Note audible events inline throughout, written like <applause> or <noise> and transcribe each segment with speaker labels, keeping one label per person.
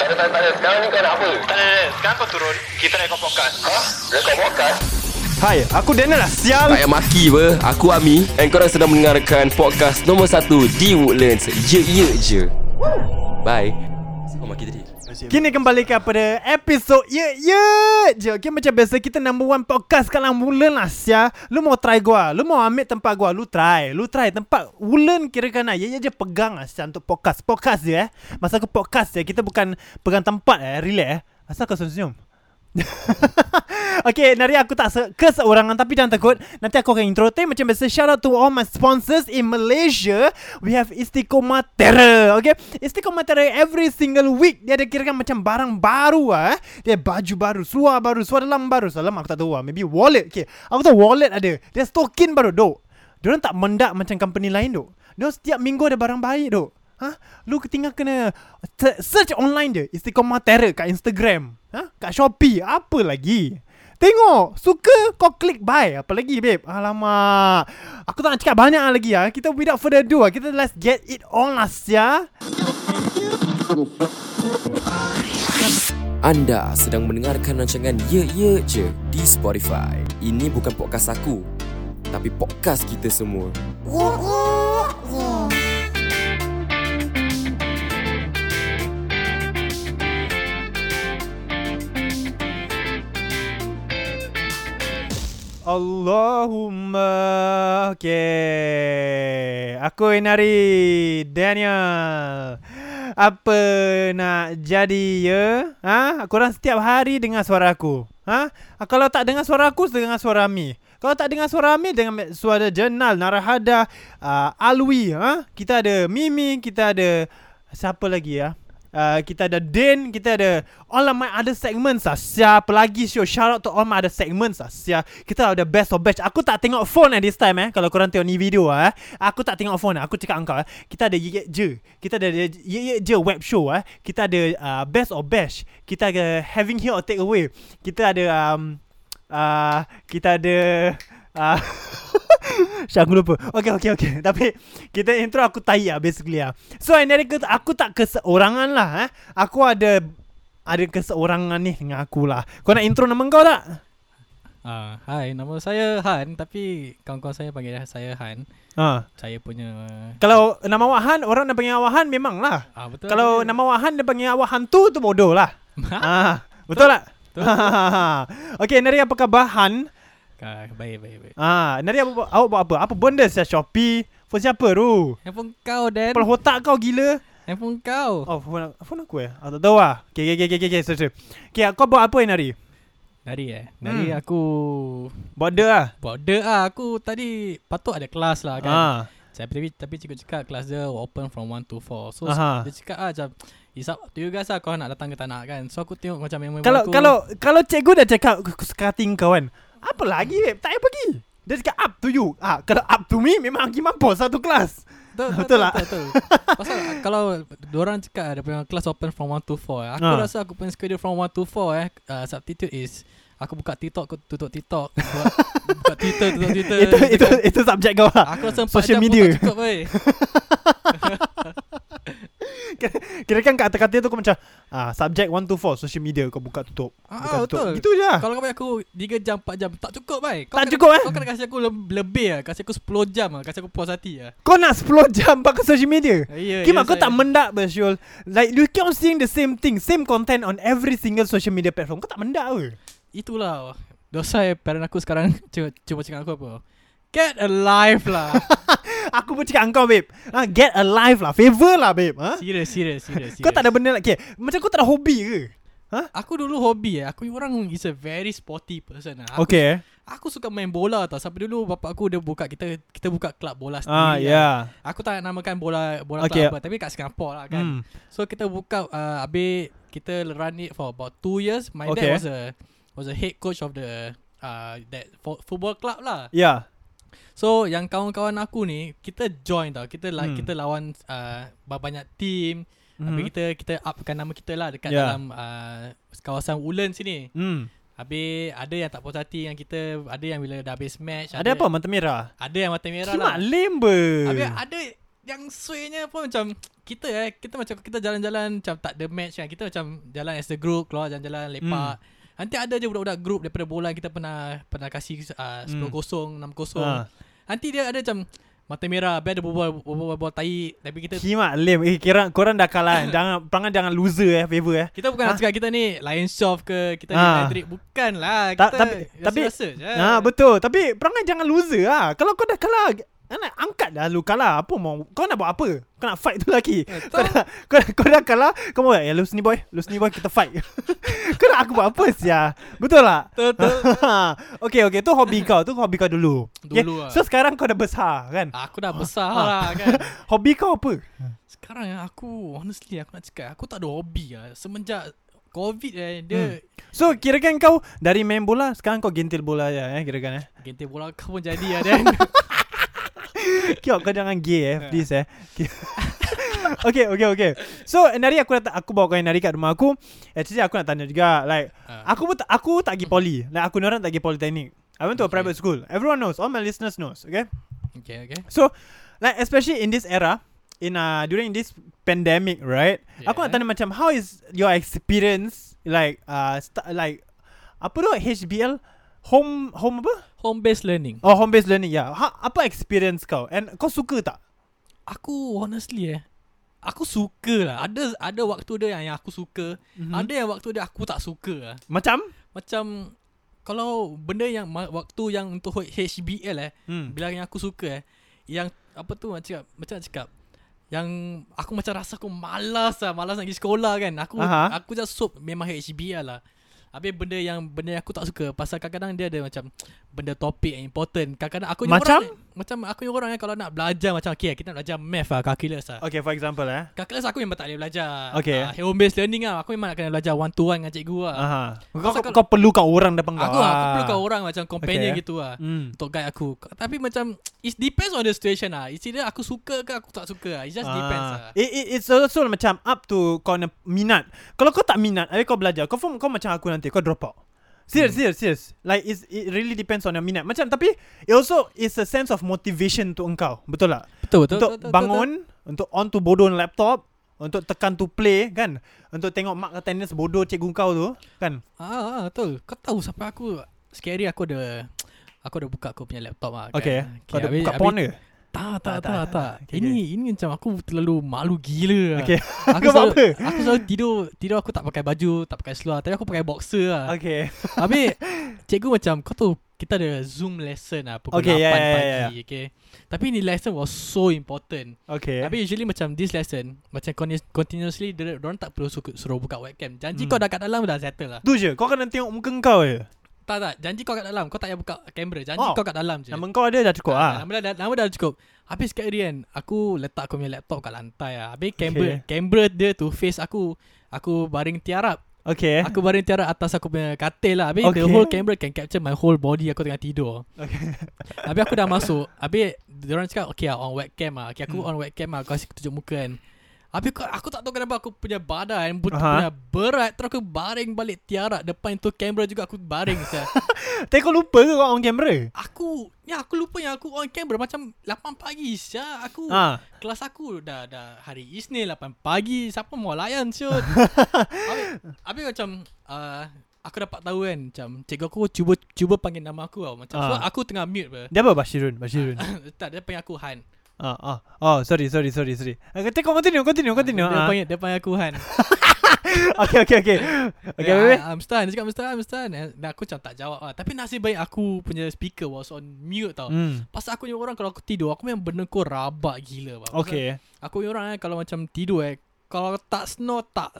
Speaker 1: tak ada, tak ada. Sekarang ni kau nak apa?
Speaker 2: Tak ada, tak ada. Sekarang kau turun. Kita nak ikut podcast.
Speaker 1: Ha? Rekod podcast?
Speaker 3: Hai, aku Daniel lah sial.
Speaker 4: Tak payah maki apa Aku Ami And korang sedang mendengarkan Podcast nombor 1 Di Woodlands Ye ye je Bye Kenapa maki tadi?
Speaker 3: Kini kembali kepada episod ye ye je. Okay, macam biasa kita number one podcast kat dalam Wulan lah sia. Lu mau try gua, lu mau ambil tempat gua, lu try. Lu try tempat Wulan kira kan lah. ye ye je pegang lah sia untuk podcast. Podcast je eh. Masa aku podcast je, kita bukan pegang tempat eh, relax eh. Asal kau senyum? okay, Nari aku tak se- keseorangan tapi jangan takut. Nanti aku akan intro tapi macam biasa. Shout out to all my sponsors in Malaysia. We have Istiqomatera. Okay, Istiqomatera every single week dia ada kirakan macam barang baru ah. Eh. Dia baju baru, seluar baru, seluar dalam baru. Seluar dalam aku tak tahu ah. Maybe wallet. Okay, aku tahu wallet ada. Dia stokin baru dok. Diorang tak mendak macam company lain dok. Diorang setiap minggu ada barang baik dok. Ha? Lu tinggal kena se- search online je Istiqomah Terra kat Instagram ha? Kat Shopee Apa lagi Tengok Suka kau klik buy Apa lagi babe Alamak Aku tak nak cakap banyak lah lagi ha? Kita without further ado ha? Kita let's get it on lah ya.
Speaker 4: Anda sedang mendengarkan rancangan Ye Ye Je di Spotify. Ini bukan podcast aku, tapi podcast kita semua.
Speaker 3: Allahumma Okay Aku Inari Daniel Apa nak jadi ya Ha? Korang setiap hari dengar suara aku Ha? Kalau tak dengar suara aku Dengar suara Ami Kalau tak dengar suara Ami Dengar suara Jenal Narahada uh, Alwi ha? Kita ada Mimi Kita ada Siapa lagi ya Uh, kita ada Din Kita ada All of my other segments lah Sia Apa lagi show Shout out to all my other segments lah Sia Kita ada best of batch Aku tak tengok phone at this time eh Kalau korang tengok ni video eh Aku tak tengok phone eh. Aku cakap engkau eh Kita ada Ye Ye Je Kita ada Ye Ye Je web show eh Kita ada uh, best of batch Kita ada having here or take away Kita ada um, uh, Kita ada uh, <laughs> Syah aku lupa Okay okay okay <laughs> Tapi Kita intro aku tai lah basically lah So and then aku, aku tak keseorangan lah eh. Aku ada Ada keseorangan ni dengan aku lah Kau nak intro nama kau tak?
Speaker 5: Ah, hai, nama saya Han tapi kawan-kawan saya panggil saya Han.
Speaker 3: Ha.
Speaker 5: Saya punya
Speaker 3: Kalau nama awak Han Orang nak panggil awak Han memang lah
Speaker 5: ah betul.
Speaker 3: Kalau
Speaker 5: <laughs>
Speaker 3: nama awak Han Dia panggil awak hantu tu bodoh lah ha. Betul tak? <laughs> okay Nari apa khabar Han?
Speaker 5: ah, baik baik baik.
Speaker 3: Ah, Nari apa, awak buat apa? Apa benda saya Shopee? Phone siapa tu?
Speaker 5: Handphone kau Dan.
Speaker 3: Kepala otak kau gila
Speaker 5: Handphone kau.
Speaker 3: Oh, phone, phone aku eh? Aku tak tahu lah. Okay, okay, okay, okay, okay, sorry, sorry. Okay, ah, kau buat apa ni hari?
Speaker 5: Dari eh. Dari
Speaker 3: Hmm.
Speaker 5: aku
Speaker 3: Buat dia lah.
Speaker 5: border ah aku tadi patut ada kelas lah kan.
Speaker 3: Ah.
Speaker 5: Saya tapi tapi cikgu cakap kelas dia open from 1 to 4. So
Speaker 3: Aha.
Speaker 5: dia cakap ah macam it's up to you guys lah kau nak datang ke tak nak kan. So aku tengok macam memang
Speaker 3: Kalau,
Speaker 5: aku,
Speaker 3: kalau, kalau cikgu dah cakap sekating kau kan, apa lagi babe? Tak payah pergi. Dia cakap up to you. Ah, kalau up to me memang pergi mampus satu kelas.
Speaker 5: Betul,
Speaker 3: Betul lah.
Speaker 5: betul, Pasal ah, kalau orang cakap ada punya kelas open from 1 to 4 eh, Aku
Speaker 3: Ah.
Speaker 5: rasa aku punya schedule from 1 to 4 eh uh, Substitute is Aku buka TikTok, aku tutup TikTok Buka, buka Twitter, tutup Twitter
Speaker 3: <laughs> itu, itu,
Speaker 5: Dekat-
Speaker 3: itu subjek kau lah.
Speaker 5: Aku rasa 4
Speaker 3: social
Speaker 5: jam pun
Speaker 3: media.
Speaker 5: tak cukup wey.
Speaker 3: <laughs> Kira kan kata-kata tu kau macam, ah, subjek 1 to 4, social media kau buka tutup.
Speaker 5: Ah,
Speaker 3: buka tutup.
Speaker 5: betul.
Speaker 3: Gitu je lah.
Speaker 5: Kalau kau bagi aku 3 jam, 4 jam Tak cukup wey. Kau
Speaker 3: Tak
Speaker 5: kena,
Speaker 3: cukup, eh?
Speaker 5: Kau kena kasih aku le- lebih lah Kasih aku 10 jam lah Kasih aku puas hati lah
Speaker 3: Kau nak 10 jam pakai social media?
Speaker 5: Ya,
Speaker 3: Kim,
Speaker 5: ya,
Speaker 3: aku
Speaker 5: saya-
Speaker 3: tak mendak Bersyul Like you keep on seeing the same thing Same content on every single social media platform Kau tak mendak ke?
Speaker 5: Itulah Dosa eh, parent aku sekarang <laughs> Cuba, cuba cakap aku apa Get a life lah
Speaker 3: Aku pun cakap engkau babe ha, Get a life lah Favor lah babe ha?
Speaker 5: Serius, serius, serius
Speaker 3: Kau tak
Speaker 5: serius.
Speaker 3: ada benda lah okay. Macam kau tak ada hobi ke?
Speaker 5: Aku dulu hobi eh. Aku orang is a very sporty person lah. Aku,
Speaker 3: Okay eh.
Speaker 5: aku suka main bola tau. Sampai dulu bapak aku dia buka kita kita buka klub bola sendiri.
Speaker 3: Ah
Speaker 5: lah.
Speaker 3: yeah
Speaker 5: Aku tak nak namakan bola bola
Speaker 3: Okay.
Speaker 5: klub apa tapi kat Singapore lah kan.
Speaker 3: hmm.
Speaker 5: So kita buka uh, habis kita run it for about 2 years. My
Speaker 3: Okay.
Speaker 5: dad was a was a head coach of the uh, that fo- football club lah.
Speaker 3: Yeah
Speaker 5: So yang kawan-kawan aku ni kita join tau. Kita like
Speaker 3: Hmm.
Speaker 5: kita lawan uh, banyak team.
Speaker 3: Mhm.
Speaker 5: Habis kita kita upkan nama kita lah dekat
Speaker 3: Yeah.
Speaker 5: dalam uh, kawasan Ulen sini.
Speaker 3: Hmm.
Speaker 5: Habis ada yang tak puas hati yang kita ada yang bila dah habis match
Speaker 3: Ada apa mata merah?
Speaker 5: Ada yang mata merah
Speaker 3: Kimak
Speaker 5: lah.
Speaker 3: lame ber
Speaker 5: Habis ada yang suenya pun macam kita eh kita macam kita jalan-jalan macam tak ada match kan. Kita macam jalan as a group, keluar jalan-jalan lepak. Hmm. Nanti ada je budak-budak group daripada bola yang kita pernah pernah kasih uh, 10-0,
Speaker 3: Hmm.
Speaker 5: 6-0.
Speaker 3: Ha.
Speaker 5: Nanti dia ada macam mata merah, biar ada berbual-bual tai tapi kita
Speaker 3: Kimak lame eh, kira, Korang dah <laughs> kalah Jangan Perangan jangan loser eh Favor eh
Speaker 5: kita bukan nak cakap kita ni Lion Shop ke kita
Speaker 3: Ah.
Speaker 5: ni Patrick bukan lah kita
Speaker 3: Ta- tapi tapi
Speaker 5: rasa je.
Speaker 3: ha, betul tapi perangai jangan loser lah kalau kau dah kalah nak angkat dah lu kalah apa mau kau nak buat apa kau nak fight tu lagi
Speaker 5: Eh,
Speaker 3: kau dah, kau, dah, kau dah kalah kau mau buat ya lu sini boy lu sini boy kita fight <laughs> kau nak aku buat apa sia betul tak
Speaker 5: Betul, betul.
Speaker 3: <laughs> okey okey tu hobi kau tu hobi kau dulu Okay,
Speaker 5: Dulu lah. Ah.
Speaker 3: so sekarang kau dah besar kan
Speaker 5: aku dah besar lah kan
Speaker 3: hobi kau apa
Speaker 5: Sekarang eh, aku honestly aku nak cakap aku tak ada hobi lah semenjak COVID eh dia hmm.
Speaker 3: so kirakan kau dari main bola sekarang kau gentil bola je eh kirakan eh
Speaker 5: genting bola kau pun jadi lah dan
Speaker 3: Kiok kau jangan gay eh Please eh <laughs> Okay okay okay So Nari aku datang Aku bawa kau Nari kat rumah aku Actually aku nak tanya juga Like
Speaker 5: Ah.
Speaker 3: Aku pun tak- aku tak pergi poly Like aku ni orang tak pergi polytechnic I went to a private school Everyone knows All my listeners knows Okay
Speaker 5: <laughs> Okay okay
Speaker 3: So Like especially in this era In uh, During this pandemic right yeah. Aku nak
Speaker 5: Yeah.
Speaker 3: tanya macam How is your experience Like uh, st- Like Apa tu HBL Home Home apa?
Speaker 5: Home based learning
Speaker 3: Oh home based learning Ya yeah. ha, Apa experience kau And kau suka tak?
Speaker 5: Aku honestly eh Aku suka lah Ada ada waktu dia yang, yang aku suka mm-hmm. Ada yang waktu dia aku tak suka lah
Speaker 3: Macam
Speaker 5: Macam Kalau benda yang ma- Waktu yang untuk HBL eh
Speaker 3: Hmm.
Speaker 5: hmm. Bila yang aku suka eh Yang Apa tu nak cakap Macam nak cakap Yang Aku macam rasa aku malas lah Malas nak pergi sekolah kan Aku
Speaker 3: Aha.
Speaker 5: aku just sup Memang HBL lah Habis benda yang Benda yang aku tak suka Pasal kadang-kadang dia ada macam Benda topik yang important Kadang-kadang aku ni
Speaker 3: Macam?
Speaker 5: orang, Macam aku ni orang yang Kalau nak belajar Macam okay kita nak belajar math lah Calculus lah
Speaker 3: Okay for example eh
Speaker 5: Calculus aku memang tak boleh belajar
Speaker 3: Okay.
Speaker 5: Ah, Home based learning lah Aku memang nak kena belajar One to one dengan cikgu lah
Speaker 3: Aha. Kau,
Speaker 5: Pasal
Speaker 3: kau,
Speaker 5: kalau-
Speaker 3: kau perlukan orang depan kau
Speaker 5: Aku ah. aku perlukan orang macam companion
Speaker 3: Okay.
Speaker 5: okay. gitu lah.
Speaker 3: Hmm.
Speaker 5: Untuk guide aku. Tapi macam it depends on the situation lah. It's either aku suka ke aku tak suka lah. It just ah. depends lah.
Speaker 3: it, it, It's also macam Up to kau nak minat Kalau kau tak minat Habis kau belajar Kau form kau macam aku nanti Kau drop out Serious, serious, serious Like it's, it really depends on your minat Macam tapi It also is a sense of motivation to engkau Betul tak?
Speaker 5: Betul
Speaker 3: untuk bangun Untuk on to bodoh laptop Untuk tekan to play kan Untuk tengok mark attendance bodoh cikgu kau tu Kan
Speaker 5: Ah, ah, betul. Kau tahu sampai aku scary aku ada aku ada buka aku punya laptop lah.
Speaker 3: Okay, eh. Kau ada buka porn ke?
Speaker 5: Tak, tak,
Speaker 3: tak,
Speaker 5: tak, tak.
Speaker 3: tak. Okay,
Speaker 5: ini ini macam aku terlalu malu gila. lah.
Speaker 3: Okay. <laughs>
Speaker 5: Aku
Speaker 3: Kau buat
Speaker 5: selalu, aku selalu tidur tidur aku tak pakai baju, tak pakai seluar, tapi aku pakai boxer lah.
Speaker 3: Okay
Speaker 5: Habis cikgu macam kau tahu kita ada Zoom lesson lah pukul
Speaker 3: Okay, ya,
Speaker 5: 8
Speaker 3: yeah, yeah,
Speaker 5: pagi
Speaker 3: yeah,
Speaker 5: okay. Tapi ni lesson was so important.
Speaker 3: Okay
Speaker 5: Yeah. Tapi usually macam this lesson macam continu- continuously dia orang tak perlu suruh, suruh buka webcam. Janji
Speaker 3: Hmm.
Speaker 5: kau dah kat dalam dah settle lah.
Speaker 3: Tu je Kau kena tengok muka kau je
Speaker 5: Tak tak, janji kau kat dalam. Kau tak payah buka kamera. Janji
Speaker 3: Oh,
Speaker 5: kau kat dalam je.
Speaker 3: Nama kau ada dah cukup
Speaker 5: Ah,
Speaker 3: ah.
Speaker 5: Nama dah, nama dah cukup. Habis kat kan, aku letak aku punya laptop kat lantai lah. Habis
Speaker 3: Okay.
Speaker 5: kamera, kamera dia tu face aku. Aku baring tiarap.
Speaker 3: Okay
Speaker 5: Aku baring tiarap atas aku punya katil lah Habis
Speaker 3: Eh?
Speaker 5: okay. the
Speaker 3: Okay.
Speaker 5: whole camera can capture my whole body Aku tengah tidur
Speaker 3: Okay.
Speaker 5: Habis aku dah masuk Habis Diorang cakap Okay ah, on webcam lah Okay
Speaker 3: Hmm.
Speaker 5: aku on webcam lah Aku asyik tunjuk muka kan Habis aku, aku tak tahu kenapa Aku punya badan but,
Speaker 3: Aha.
Speaker 5: uh-huh. punya Berat Terus aku baring balik tiarap Depan tu kamera juga Aku baring
Speaker 3: <laughs>
Speaker 5: saya.
Speaker 3: <laughs> Tapi kau lupa ke kau on camera?
Speaker 5: Aku Ya aku lupa yang aku on camera Macam 8 pagi sia. Aku
Speaker 3: Ah.
Speaker 5: Kelas aku dah dah hari Isnin 8 pagi Siapa mau layan siut
Speaker 3: <laughs>
Speaker 5: habis, habis macam uh, Aku dapat tahu kan Macam cikgu aku cuba cuba panggil nama aku tau Macam so
Speaker 3: Ah.
Speaker 5: aku tengah mute apa <laughs>
Speaker 3: Dia apa Bashirun? Bashirun.
Speaker 5: Tak dia panggil aku Han
Speaker 3: ah ah. Oh, sorry sorry sorry sorry. Ah, Kata kau continue continue continue.
Speaker 5: dia,
Speaker 3: Ah. <laughs>
Speaker 5: panggil, dia panggil aku Han
Speaker 3: Okay okay okay. Okay
Speaker 5: Dia,
Speaker 3: baby.
Speaker 5: "Ah, I'm Stan Dia cakap I'm Stan I'm Stan Eh, Dan aku macam tak jawab lah Tapi nasib baik aku punya speaker was on mute tau
Speaker 3: Hmm.
Speaker 5: Pasal aku ni orang kalau aku tidur Aku memang benda-benda rabak gila bang.
Speaker 3: Okay.
Speaker 5: Aku ni orang eh kalau macam tidur eh kalau tak snore tak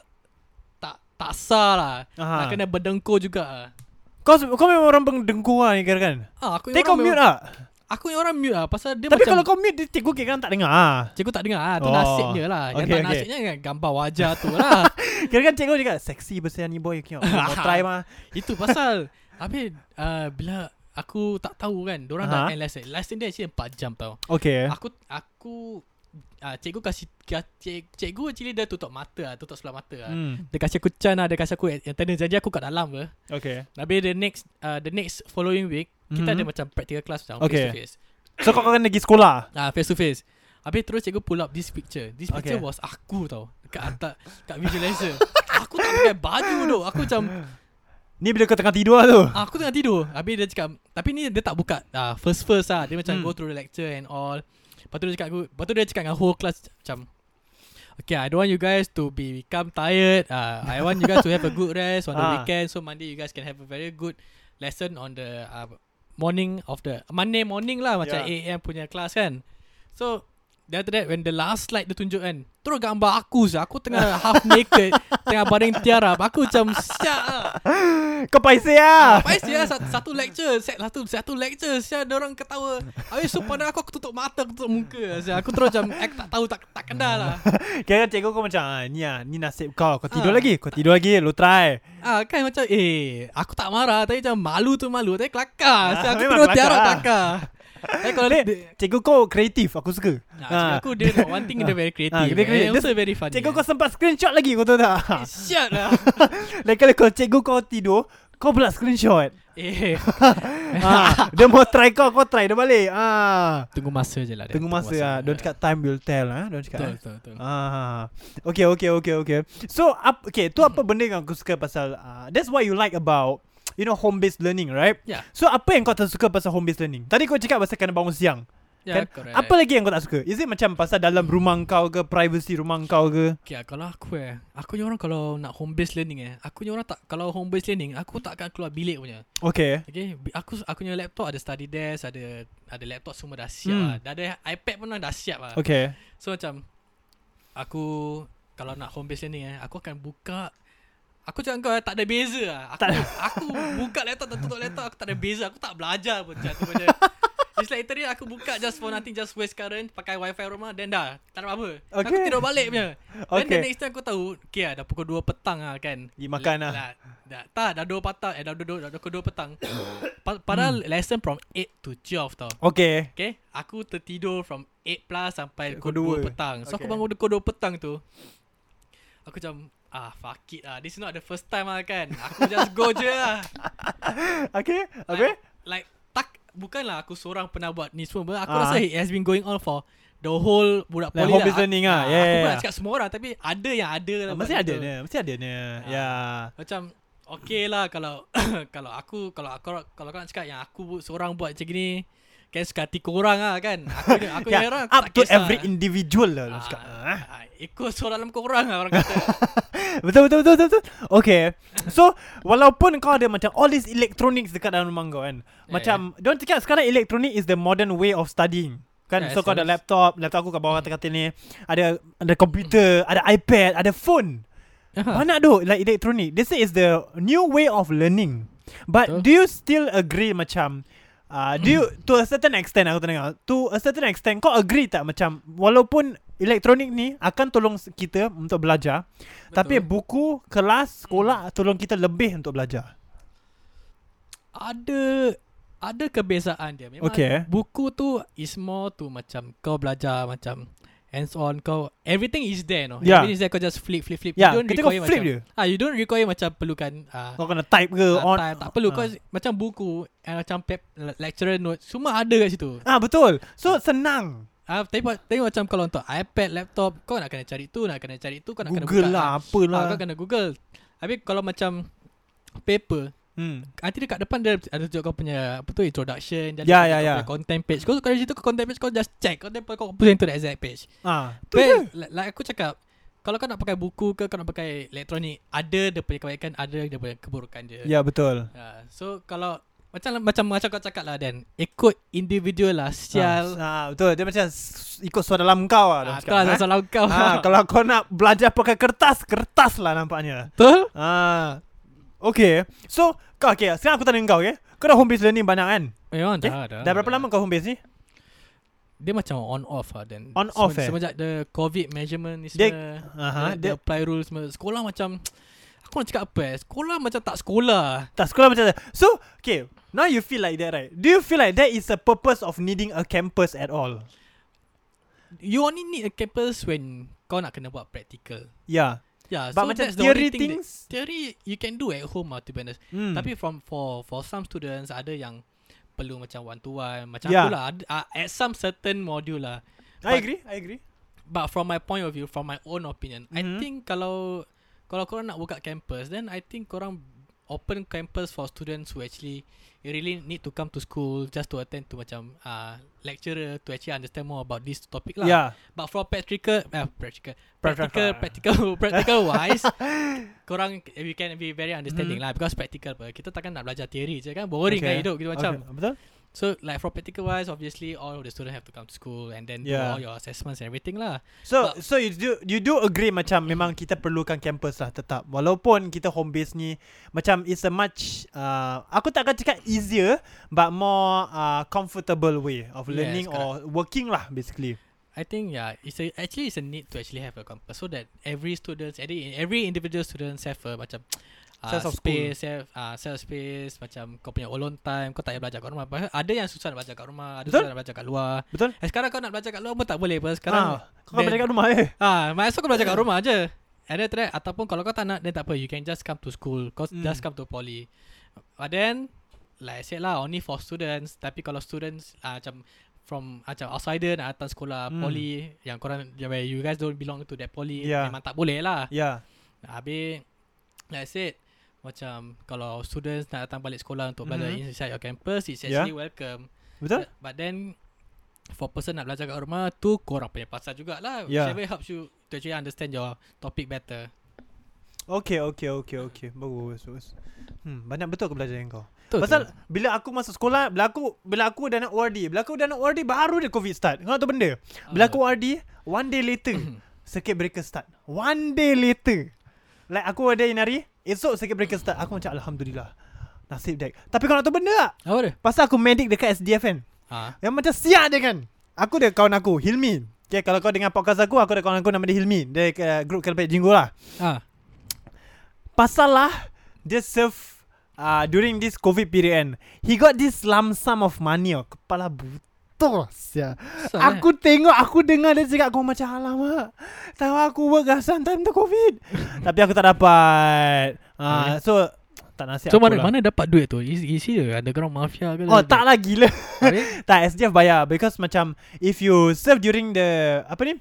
Speaker 5: tak tak sah lah.
Speaker 3: Aha.
Speaker 5: Nak kena berdengkur juga. ah.
Speaker 3: Ah. Kau se- kau memang orang pengdengkur lah ni kira kan?
Speaker 5: Ah, aku ni
Speaker 3: Tapi kau mute
Speaker 5: memang-
Speaker 3: ah.
Speaker 5: Aku ni orang mute lah pasal dia
Speaker 3: Tapi
Speaker 5: macam
Speaker 3: kalau kau mute dia cikgu kira kan tak dengar ah.
Speaker 5: cikgu tak dengar ah tu
Speaker 3: Oh.
Speaker 5: oh. nasib dia lah. Yang
Speaker 3: Okay,
Speaker 5: okay, tak
Speaker 3: okay.
Speaker 5: okay. nasibnya kan gambar wajah tu
Speaker 3: <laughs>
Speaker 5: lah.
Speaker 3: Kira kan cikgu cakap seksi besar ni boy kau.
Speaker 5: <laughs>
Speaker 3: Mau try mah.
Speaker 5: Itu pasal habis uh, bila aku tak tahu kan, orang dah
Speaker 3: Aha. Eh?
Speaker 5: end lesson. Lesson dia actually 4 jam tau.
Speaker 3: Okay.
Speaker 5: Aku aku uh, cikgu kasih cik, cikgu actually dia tutup mata lah, tutup sebelah mata lah.
Speaker 3: Hmm.
Speaker 5: Dia kasih aku chance lah, dia kasih aku attendance. Janji aku kat dalam ke.
Speaker 3: Okay.
Speaker 5: Habis the next uh, the next following week mm-hmm. kita
Speaker 3: Mhm.
Speaker 5: ada macam practical class
Speaker 3: Okay.
Speaker 5: macam face to face.
Speaker 3: So kau kena pergi sekolah.
Speaker 5: Ah face to face. Habis terus cikgu pull up this picture This
Speaker 3: Okay.
Speaker 5: picture okay. was aku tau Dekat atas
Speaker 3: <laughs>
Speaker 5: Dekat visualizer Aku tak pakai baju tu Aku macam
Speaker 3: Ni bila kau tengah tidur
Speaker 5: <laughs>
Speaker 3: tu.
Speaker 5: Ah, Aku tengah tidur Habis dia cakap Tapi ni dia tak buka ah, First-first lah Dia macam
Speaker 3: Hmm.
Speaker 5: hmm. go through the lecture and all Lepas tu dia cakap aku Lepas tu dia cakap dengan whole class Macam Okay I don't want you guys to be become tired uh, I want you guys to have a good rest On the
Speaker 3: <laughs> Ah.
Speaker 5: weekend So Monday you guys can have a very good Lesson on the uh, Morning of the Monday morning lah Macam yeah. 8am punya class kan So Then after that When the last slide dia tunjuk kan Terus gambar aku je Aku tengah half naked <laughs> Tengah baring tiarap Aku macam Siap lah
Speaker 3: Kau paiseh ah.
Speaker 5: Apa sia satu, satu lecture, set satu satu lecture sia dia orang ketawa. Habis so pandang aku aku tutup mata, aku tutup muka. Sia aku terus macam eh, aku tak tahu tak tak kenal lah.
Speaker 3: Kira cikgu kau macam ah, ni ah, ni nasib kau. Kau tidur
Speaker 5: Ah.
Speaker 3: lagi. Kau tidur lagi. Lu try.
Speaker 5: Ah kan macam eh aku tak marah tapi macam malu tu malu tapi kelakar.
Speaker 3: Ah,
Speaker 5: Sia aku
Speaker 3: memang
Speaker 5: terus
Speaker 3: kelakar
Speaker 5: tiarap
Speaker 3: lah.
Speaker 5: kelakar. Tapi kalau
Speaker 3: Dek,
Speaker 5: dia
Speaker 3: cikgu kau kreatif. Aku suka.
Speaker 5: Nah,
Speaker 3: Ah.
Speaker 5: cikgu aku dia got one thing dia very creative.
Speaker 3: Ah, dia creative.
Speaker 5: and also very funny.
Speaker 3: Cikgu kau sempat screenshot lagi kau tahu
Speaker 5: <laughs>
Speaker 3: tak? <laughs>
Speaker 5: Shut lah
Speaker 3: Lain kali kalau cikgu kau tidur, kau pula
Speaker 5: <laughs>
Speaker 3: screenshot.
Speaker 5: Eh
Speaker 3: ha, dia mau try kau, kau try dia balik. Ha.
Speaker 5: Tunggu masa je lah dia.
Speaker 3: Tunggu masa ah. Don't cakap time will tell ah. Don't cakap.
Speaker 5: Betul
Speaker 3: ah.
Speaker 5: betul betul
Speaker 3: Ah, okay, okay, okay, okay. So, up, okay, tu apa benda yang aku suka pasal uh, that's what you like about you know home based learning, right?
Speaker 5: Ya.
Speaker 3: So, apa yang kau tak suka pasal home based learning? Tadi kau cakap pasal kena bangun siang.
Speaker 5: Ya
Speaker 3: kan?
Speaker 5: correct
Speaker 3: Apa lagi yang kau tak suka? Is it macam pasal dalam rumah kau ke privacy rumah kau ke?
Speaker 5: Okay, ah, kalau aku eh, aku ni orang kalau nak home based learning eh, aku ni orang tak kalau home based learning, aku tak akan keluar bilik punya.
Speaker 3: Okay.
Speaker 5: Okay, bi- aku aku punya laptop ada study desk, ada ada laptop semua dah
Speaker 3: Hmm.
Speaker 5: siap. Hmm. Dah ada iPad pun dah siap lah. Okay.
Speaker 3: Okay.
Speaker 5: So macam aku kalau nak home based learning eh, aku akan buka Aku cakap kau eh, tak ada beza lah. Aku, aku buka laptop dan tutup laptop aku tak ada beza. Aku tak belajar pun macam tu benda. It's like literally aku buka just for nothing, just waste current, pakai wifi rumah, then dah. Tak ada apa-apa. Aku
Speaker 3: Okay.
Speaker 5: tidur balik punya. Then
Speaker 3: Okay.
Speaker 5: the next time aku tahu, okay lah, dah pukul 2 petang lah kan.
Speaker 3: Pergi makan lah.
Speaker 5: lah. Dah, tak, dah 2 petang, eh dah, dah, dah, dah pukul 2 petang. Pa- Padahal
Speaker 3: Hmm.
Speaker 5: lesson from 8 to 12 tau.
Speaker 3: Okay.
Speaker 5: Okay, aku tertidur from 8 plus sampai
Speaker 3: Pukul
Speaker 5: pukul 2
Speaker 3: dua.
Speaker 5: petang. So okay. aku
Speaker 3: Okay.
Speaker 5: bangun pukul 2 petang tu. Aku macam ah fuck it ah. This is not the first time lah kan. Aku just go
Speaker 3: <laughs>
Speaker 5: je lah.
Speaker 3: Okay. Okay.
Speaker 5: Like, like tak bukanlah aku seorang pernah buat ni semua. But Aku
Speaker 3: Ah.
Speaker 5: rasa it has been going on for the whole budak
Speaker 3: Like
Speaker 5: poli
Speaker 3: home-based learning ah. Yeah,
Speaker 5: aku
Speaker 3: yeah,
Speaker 5: pun nak
Speaker 3: yeah.
Speaker 5: cakap semua orang tapi ada yang ada Ah. lah.
Speaker 3: Ah,
Speaker 5: buat
Speaker 3: mesti ada
Speaker 5: gitu.
Speaker 3: ni, mesti ada ni. Ya.
Speaker 5: Macam okay lah kalau <coughs> kalau aku kalau aku kalau kau nak cakap yang aku bu- seorang buat macam gini kan suka hati korang lah kan aku aku
Speaker 3: <laughs> Ya,
Speaker 5: yeah, orang aku
Speaker 3: up
Speaker 5: tak
Speaker 3: to
Speaker 5: kisah.
Speaker 3: every individual lah orang
Speaker 5: Ah,
Speaker 3: cakap. Ah.
Speaker 5: ah, ikut suara dalam korang lah orang kata
Speaker 3: <laughs> Betul betul betul betul. betul. Okay. So walaupun kau ada macam all these electronics dekat dalam rumah kau kan. Macam yeah. don't cakap sekarang electronic is the modern way of studying. Kan
Speaker 5: Yeah,
Speaker 3: so kau ada
Speaker 5: yes.
Speaker 3: laptop, laptop aku kat
Speaker 5: Hmm.
Speaker 3: bawah katil-katil ni. Ada ada komputer, ada iPad, ada phone. Mana tu like electronic. They say it's the new way of learning. But
Speaker 5: Betul. Hmm.
Speaker 3: do you still agree macam Uh, do you, to a certain extent aku tengok to a certain extent kau agree tak macam walaupun elektronik ni akan tolong s- kita untuk belajar Betul. tapi buku kelas
Speaker 5: Hmm.
Speaker 3: sekolah tolong kita lebih untuk belajar
Speaker 5: ada ada kebiasaan dia memang
Speaker 3: Okay. eh.
Speaker 5: buku tu is more to macam kau belajar macam hands on kau everything is there no
Speaker 3: Yeah.
Speaker 5: everything is there kau just flip flip flip
Speaker 3: Yeah,
Speaker 5: you don't
Speaker 3: kita kau
Speaker 5: require
Speaker 3: flip
Speaker 5: macam ah you don't require macam perlukan ah
Speaker 3: kau kena type ke
Speaker 5: Ah,
Speaker 3: on
Speaker 5: tak, tak perlu kau
Speaker 3: ah.
Speaker 5: macam buku eh, macam pep, lecturer note semua ada kat situ
Speaker 3: ah betul so senang
Speaker 5: ah tapi, buat- tapi macam kalau untuk iPad laptop kau nak kena cari tu nak kena cari tu kau nak
Speaker 3: Google
Speaker 5: kena buka
Speaker 3: lah
Speaker 5: ah.
Speaker 3: apalah
Speaker 5: ah, kau kena Google tapi kalau macam paper
Speaker 3: hmm.
Speaker 5: nanti dekat depan dia ada tunjuk kau punya apa tu introduction jadi
Speaker 3: Ya,
Speaker 5: kau
Speaker 3: ya,
Speaker 5: kau
Speaker 3: ya.
Speaker 5: punya content page kau kalau situ kau content page kau just check kau dapat kau pusing to the exact page
Speaker 3: ah tu je
Speaker 5: Tapi like, like aku cakap kalau kau nak pakai buku ke kau nak pakai elektronik ada dia punya kebaikan ada dia punya keburukan dia
Speaker 3: ya betul
Speaker 5: Ah, so kalau macam macam macam kau cakap lah Dan ikut individual lah
Speaker 3: ah,
Speaker 5: sial.
Speaker 3: ah, betul dia macam s- ikut suara dalam kau lah dia
Speaker 5: Ah,
Speaker 3: cakap,
Speaker 5: kau
Speaker 3: eh.
Speaker 5: lah salah kau. <laughs>
Speaker 3: Ah, kalau kau nak belajar pakai kertas, kertas lah nampaknya.
Speaker 5: betul?
Speaker 3: Ah. Okay. So, kau okay, sekarang aku tanya kau, okay? Kau dah home based learning banyak kan?
Speaker 5: Memang
Speaker 3: Okay.
Speaker 5: dah, dah.
Speaker 3: dah berapa lama kau home based ni?
Speaker 5: Dia macam on off lah Dan.
Speaker 3: On
Speaker 5: Semen-
Speaker 3: off, eh?
Speaker 5: Semenjak the covid measurement ni
Speaker 3: Dia-
Speaker 5: semua.
Speaker 3: Aha, dia-
Speaker 5: the, the apply rules semua. Sekolah macam aku nak cakap apa eh? Sekolah macam tak sekolah.
Speaker 3: Tak sekolah macam So, okay. Now you feel like that, right? Do you feel like that is a purpose of needing a campus at all?
Speaker 5: You only need a campus when kau nak kena buat practical.
Speaker 3: Yeah.
Speaker 5: Yeah,
Speaker 3: Ya. But
Speaker 5: so
Speaker 3: macam
Speaker 5: that's the only
Speaker 3: theory
Speaker 5: thing that-
Speaker 3: things-
Speaker 5: theory you can do at home lah to be honest.
Speaker 3: Hmm.
Speaker 5: Tapi from for for some students ada yang perlu macam one to one macam
Speaker 3: Yeah.
Speaker 5: yeah. aku lah ada, uh, at some certain module lah.
Speaker 3: I agree, I agree.
Speaker 5: But from my point of view, from my own opinion, mm-hmm. I
Speaker 3: Mhm.
Speaker 5: think kalau kalau korang nak buka campus, then I think korang open campus for students who actually really need to come to school just to attend to macam uh, lecturer to actually understand more about this topic lah.
Speaker 3: Yeah.
Speaker 5: But from practical, uh, practical, practical,
Speaker 3: Practical.
Speaker 5: practical, <laughs> practical
Speaker 3: <laughs>
Speaker 5: wise, korang eh, we can be very understanding mm-hmm. lah because practical apa. Kita takkan nak belajar teori je kan, boring okay. kan hidup kita macam.
Speaker 3: Mhm. okay. Betul?
Speaker 5: So like for practical wise, obviously all of the students have to come to school and then
Speaker 3: Yeah.
Speaker 5: do all your assessments and everything lah.
Speaker 3: So
Speaker 5: But-
Speaker 3: so you do you do agree macam memang kita perlukan campus lah tetap walaupun kita home base ni macam it's a much uh, aku tak akan cakap easier but more uh, comfortable way of
Speaker 5: Yes,
Speaker 3: learning yes, or working lah basically.
Speaker 5: I think yeah, it's a, actually it's a need to actually have a campus so that every students, every every individual students have a macam uh,
Speaker 3: Sense of
Speaker 5: space, have uh, self space, macam kau punya alone time, kau tak payah belajar kat rumah. Pasal Ada yang susah nak belajar kat rumah, ada
Speaker 3: Betul.
Speaker 5: susah nak belajar kat luar.
Speaker 3: Betul?
Speaker 5: Eh, sekarang kau nak belajar kat luar pun tak boleh pasal sekarang.
Speaker 3: Sekarang ah, kau kan
Speaker 5: then-
Speaker 3: belajar kat rumah
Speaker 5: <laughs>
Speaker 3: eh.
Speaker 5: Ah, might as well kau belajar kat
Speaker 3: Hmm.
Speaker 5: rumah aje. And then after that, ataupun kalau kau tak nak, then tak apa. You can just come to school. Kau
Speaker 3: Hmm.
Speaker 5: mm. just come to poly. But then, like I said lah, only for students. Tapi kalau students, uh, macam from ah, macam outsider nak datang sekolah
Speaker 3: Hmm.
Speaker 5: mm. poly yang korang yang where you guys don't belong to that poly
Speaker 3: Yeah.
Speaker 5: memang tak boleh lah.
Speaker 3: Yeah.
Speaker 5: Habis like I said macam kalau students nak datang balik sekolah untuk
Speaker 3: Mhm.
Speaker 5: belajar mm-hmm. inside your campus it's
Speaker 3: Yeah.
Speaker 5: actually yeah. welcome.
Speaker 3: Betul?
Speaker 5: But- But then For person nak belajar kat rumah Tu korang punya pasal
Speaker 3: Yeah.
Speaker 5: jugalah yeah. Whichever helps you To actually understand your Topic better
Speaker 3: Okay, okay, okay, okay. Bagus, bagus. Hmm, banyak betul aku belajar dengan kau.
Speaker 5: tu,
Speaker 3: Pasal bila aku masuk sekolah, bila aku bila aku dah nak ORD, bila aku dah nak ORD baru dia COVID start. Kau tahu benda? Bila aku ORD, one day later circuit breaker start. One day later. Like aku ada inari, esok circuit breaker start. Aku macam alhamdulillah. Nasib baik. Tapi kau nak tahu benda tak?
Speaker 5: Apa dia?
Speaker 3: Pasal aku medik dekat SDF kan.
Speaker 5: Ha.
Speaker 3: Yang macam siap dia kan. Aku ada kawan aku, Hilmi. Okay, kalau kau dengar podcast aku, aku ada kawan aku nama dia Hilmi. Dia uh, grup Kelpet Jinggo lah.
Speaker 5: Ha.
Speaker 3: Pasal lah Dia serve uh, During this COVID period kan He got this lump sum of money oh, Kepala butuh sia.
Speaker 5: Besar,
Speaker 3: Aku tengok Aku dengar dia cakap Aku macam alamak Tahu aku work gasan time tu COVID
Speaker 5: <laughs>
Speaker 3: Tapi aku tak dapat uh, So Tak nasihat
Speaker 5: So
Speaker 3: aku
Speaker 5: mana,
Speaker 3: lah.
Speaker 5: mana dapat duit tu? Is, is he the underground mafia ke?
Speaker 3: Oh tak lah gila <laughs>
Speaker 5: Habis?
Speaker 3: Tak SDF bayar Because macam If you serve during the Apa ni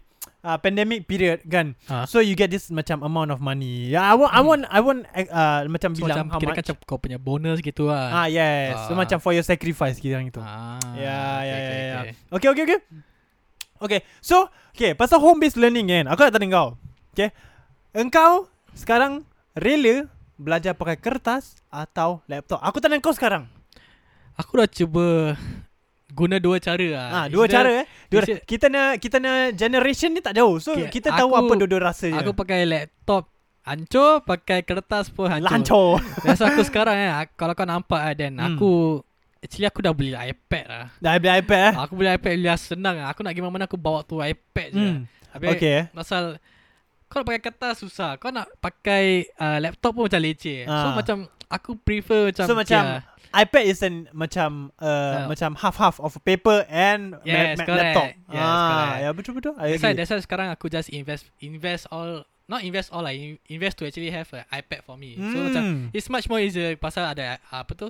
Speaker 3: uh, Pandemic period kan
Speaker 5: Ha. Hmm.
Speaker 3: So you get this Macam amount of money yeah, I won't I won't I won't uh, Macam
Speaker 5: So,
Speaker 3: bilang
Speaker 5: macam
Speaker 3: how
Speaker 5: kira
Speaker 3: much
Speaker 5: macam kau punya bonus gitu lah
Speaker 3: Ah yes. So
Speaker 5: Ah.
Speaker 3: macam for your sacrifice kira gitu.
Speaker 5: Ah,
Speaker 3: Ya
Speaker 5: okay,
Speaker 3: ya ya.
Speaker 5: okay,
Speaker 3: ya.
Speaker 5: okay.
Speaker 3: Okay okay okay. Okay. So, okay, pasal home based learning kan. Aku nak tanya kau. Okay. Engkau sekarang rela belajar pakai kertas atau laptop? Aku tanya kau sekarang.
Speaker 5: Aku dah cuba Guna dua cara lah
Speaker 3: Ah, dua
Speaker 5: Either-
Speaker 3: cara eh. Dua,
Speaker 5: is it-
Speaker 3: kita na kita na generation ni tak jauh. So
Speaker 5: Okay,
Speaker 3: kita tahu apa
Speaker 5: aku-
Speaker 3: dua-dua rasa
Speaker 5: Aku
Speaker 3: je.
Speaker 5: pakai laptop Hancur Pakai kertas pun hancur <laughs>
Speaker 3: Lancor.
Speaker 5: That's why aku sekarang eh ak- Kalau kau nampak eh Dan
Speaker 3: Hmm.
Speaker 5: aku Actually aku dah beli iPad lah
Speaker 3: Dah beli iPad eh.
Speaker 5: Aku beli iPad bila senang lah Aku nak pergi mana-mana aku bawa tu iPad je
Speaker 3: Hmm.
Speaker 5: Habis okay.
Speaker 3: Okay. eh.
Speaker 5: Pasal Kau nak pakai kertas susah Kau nak pakai uh, laptop pun macam leceh So
Speaker 3: Ah.
Speaker 5: macam Aku prefer macam
Speaker 3: So
Speaker 5: okay
Speaker 3: macam
Speaker 5: lah.
Speaker 3: iPad is an macam uh,
Speaker 5: Yeah.
Speaker 3: macam half half of a paper and ma-
Speaker 5: Yes,
Speaker 3: ma-
Speaker 5: correct.
Speaker 3: laptop.
Speaker 5: Yes, correct.
Speaker 3: ya betul betul. I
Speaker 5: That's why,
Speaker 3: agree.
Speaker 5: that's why sekarang aku just invest Invest all Not invest all lah in- Invest to actually have an iPad for me So macam
Speaker 3: Hmm.
Speaker 5: It's much more easier pasal ada uh, apa tu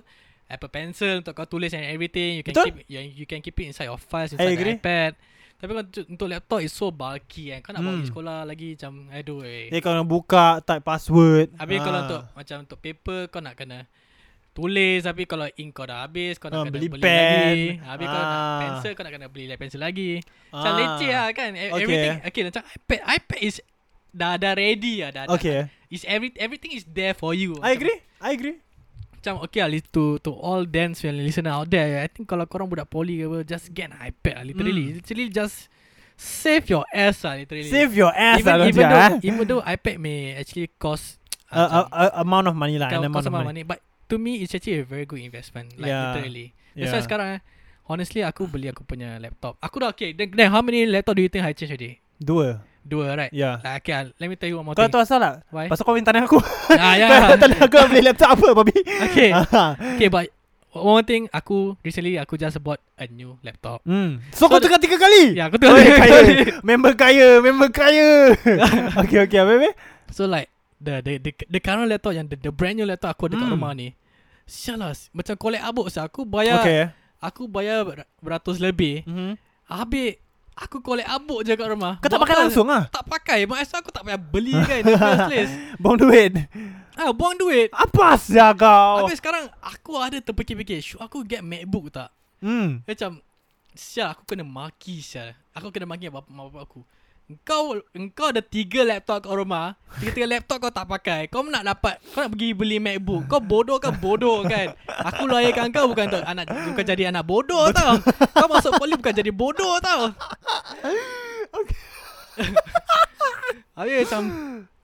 Speaker 5: Apple Pencil untuk kau tulis and everything. You can
Speaker 3: Betul.
Speaker 5: keep you, you can keep it inside your files
Speaker 3: I
Speaker 5: inside
Speaker 3: agree.
Speaker 5: the iPad. Tapi kalau untuk, untuk laptop it's so bulky kan. Kau nak bawa
Speaker 3: Hmm.
Speaker 5: pergi sekolah lagi macam aduh. Eh.
Speaker 3: Dia kalau buka type password.
Speaker 5: Habis
Speaker 3: Ah.
Speaker 5: kalau untuk macam untuk paper kau nak kena tulis tapi kalau ink kau dah habis kau
Speaker 3: Ah,
Speaker 5: nak kena
Speaker 3: beli
Speaker 5: beli,
Speaker 3: pen.
Speaker 5: lagi. Habis kalau nak
Speaker 3: Ah.
Speaker 5: pencil kau nak kena beli lagi pencil lagi. Macam
Speaker 3: Ah.
Speaker 5: leceh lah kan. E-
Speaker 3: Okay.
Speaker 5: Everything okay macam iPad iPad is dah dah ready lah dah. dah-
Speaker 3: Okay.
Speaker 5: Is every everything is there for you.
Speaker 3: I
Speaker 5: Macam-
Speaker 3: agree. I agree.
Speaker 5: macam okay lah li- to to all dance and listener out there I think kalau korang budak poly ke apa just get an iPad lah literally mm. literally just save your ass lah literally
Speaker 3: Hmm. Save your ass
Speaker 5: even,
Speaker 3: lah
Speaker 5: even
Speaker 3: Rosia,
Speaker 5: though
Speaker 3: eh.
Speaker 5: even though iPad may actually cost
Speaker 3: A, a,
Speaker 5: macam
Speaker 3: a, amount of money lah.
Speaker 5: kau-
Speaker 3: an
Speaker 5: kau
Speaker 3: amount of
Speaker 5: sama
Speaker 3: money.
Speaker 5: money but to me it's actually a very good investment like
Speaker 3: Yeah.
Speaker 5: literally
Speaker 3: Yeah.
Speaker 5: that's why sekarang eh, honestly aku beli aku punya laptop aku dah okay then, then how many laptop do you think I change already
Speaker 3: Dua.
Speaker 5: dua right
Speaker 3: Yeah.
Speaker 5: like, okay ah, let me tell you one more
Speaker 3: Kau
Speaker 5: thing
Speaker 3: tahu asal tak?
Speaker 5: why
Speaker 3: Pasal kau minta tanya aku.
Speaker 5: <laughs> ah, ya.
Speaker 3: <laughs>
Speaker 5: Eh.
Speaker 3: Kau tanya aku nak beli laptop apa,
Speaker 5: <laughs>
Speaker 3: Bobby?
Speaker 5: okay
Speaker 3: Ah.
Speaker 5: Okay but One more thing Aku recently Aku just bought A new laptop
Speaker 3: Hmm. So,
Speaker 5: So
Speaker 3: kau
Speaker 5: the-
Speaker 3: tukar tiga kali?
Speaker 5: Ya yeah, aku
Speaker 3: Oh,
Speaker 5: tengok <laughs>
Speaker 3: kaya. member kaya, member kaya. okay, okay, baby.
Speaker 5: So like the, the the the current laptop Yang the, the brand new laptop Aku ada kat
Speaker 3: Hmm.
Speaker 5: rumah ni Sial lah Macam Ya. collect abuk sah. Aku bayar
Speaker 3: Okay.
Speaker 5: Aku bayar ber- Beratus lebih
Speaker 3: Mm-hmm.
Speaker 5: Habis Aku collect abuk je kat rumah
Speaker 3: Kau tak
Speaker 5: Buat
Speaker 3: pakai
Speaker 5: apa?
Speaker 3: langsung lah
Speaker 5: Tak pakai Mak asal aku tak payah beli kan In the first
Speaker 3: <laughs>
Speaker 5: place
Speaker 3: Buang duit
Speaker 5: ah, Buang duit
Speaker 3: Apa asal kau
Speaker 5: Habis sekarang Aku ada terfikir-fikir Should aku get Macbook tak
Speaker 3: Hmm
Speaker 5: Dia Macam Sial aku kena maki sial Aku kena maki bapa, mak bapak aku Engkau Engkau ada tiga laptop kat rumah Tiga-tiga laptop kau tak pakai Kau nak dapat Kau nak pergi beli Macbook Kau bodoh kan bodoh kan Aku layakkan kau bukan untuk anak Bukan jadi anak bodoh tau Kau masuk poli bukan jadi bodoh tau Habis macam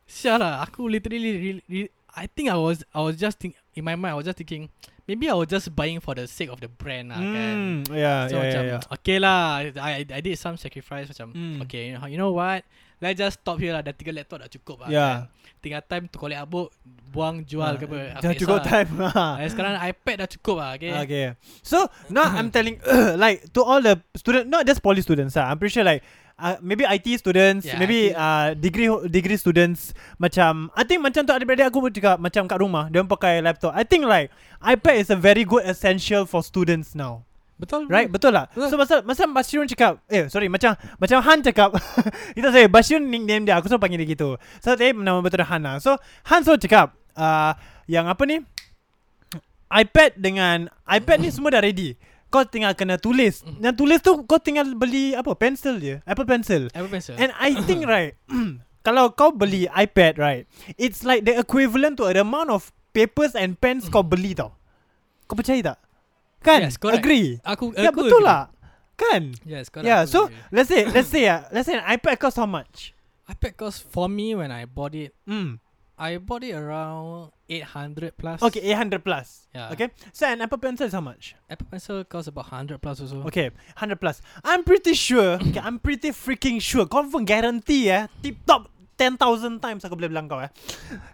Speaker 5: Sial lah Aku literally re- re- I think I was I was just think, In my mind I was just thinking Maybe I was just buying for the sake of the brand lah kan
Speaker 3: Hmm Ya ya
Speaker 5: So yeah, macam
Speaker 3: ya ya.
Speaker 5: Okay lah I, I did some sacrifice Macam
Speaker 3: Hmm.
Speaker 5: Okay you know, you know what Let's just stop here lah Dah tiga laptop dah cukup lah
Speaker 3: Ya.
Speaker 5: kan. Tinggal time to collect abuk Buang jual ke apa
Speaker 3: Ah, Dah
Speaker 5: Aku
Speaker 3: cukup
Speaker 5: tak
Speaker 3: time <laughs> Ah.
Speaker 5: kisah lah. Eh, Sekarang iPad dah cukup lah Okay, okay.
Speaker 3: Okay. So now I'm telling <coughs> like to all the student, not just poly students. ah, I'm pretty sure like uh, maybe IT students,
Speaker 5: Yeah,
Speaker 3: maybe
Speaker 5: IT.
Speaker 3: uh, degree degree students macam I think macam tu adik-beradik aku pun juga macam kat rumah dia orang pakai laptop. I think like iPad is a very good essential for students now.
Speaker 5: Betul
Speaker 3: Right? Betul lah.
Speaker 5: Betul.
Speaker 3: So masa masa Bashirun cakap, eh sorry macam macam Han cakap. <laughs> Itu saya Bashirun nickname dia. Aku selalu panggil dia gitu. So tapi nama betul dia Han lah. So Han selalu cakap uh, yang apa ni? iPad dengan iPad ni semua dah ready. Kau tinggal kena tulis.
Speaker 5: Mm.
Speaker 3: Yang tulis tu kau tinggal beli apa? Pencil je. Apple pencil.
Speaker 5: Apple Pencil
Speaker 3: And I
Speaker 5: <coughs>
Speaker 3: think right <clears throat> Kalau kau beli iPad right It's like the equivalent to the amount of Papers and pens kau beli tau Kau percaya tak? Kan?
Speaker 5: Yes, correct.
Speaker 3: Agree?
Speaker 5: Aku
Speaker 3: Ya
Speaker 5: aku
Speaker 3: betul
Speaker 5: agree.
Speaker 3: lah Kan?
Speaker 5: Yes correct
Speaker 3: Yeah,
Speaker 5: aku
Speaker 3: so
Speaker 5: agree.
Speaker 3: let's say let's say uh, let's say an iPad costs how much?
Speaker 5: iPad cost for me When I bought it
Speaker 3: Hmm.
Speaker 5: I bought it around 800 plus
Speaker 3: Okay, 800 plus.
Speaker 5: Yeah.
Speaker 3: Okay. So an Apple Pencil is how much?
Speaker 5: Apple Pencil cost about 100 plus also
Speaker 3: Okay, 100 plus. I'm pretty
Speaker 5: <coughs>
Speaker 3: sure. okay, I'm pretty freaking sure. Confirm guarantee eh. Tip top 10,000 times aku boleh bilang kau eh.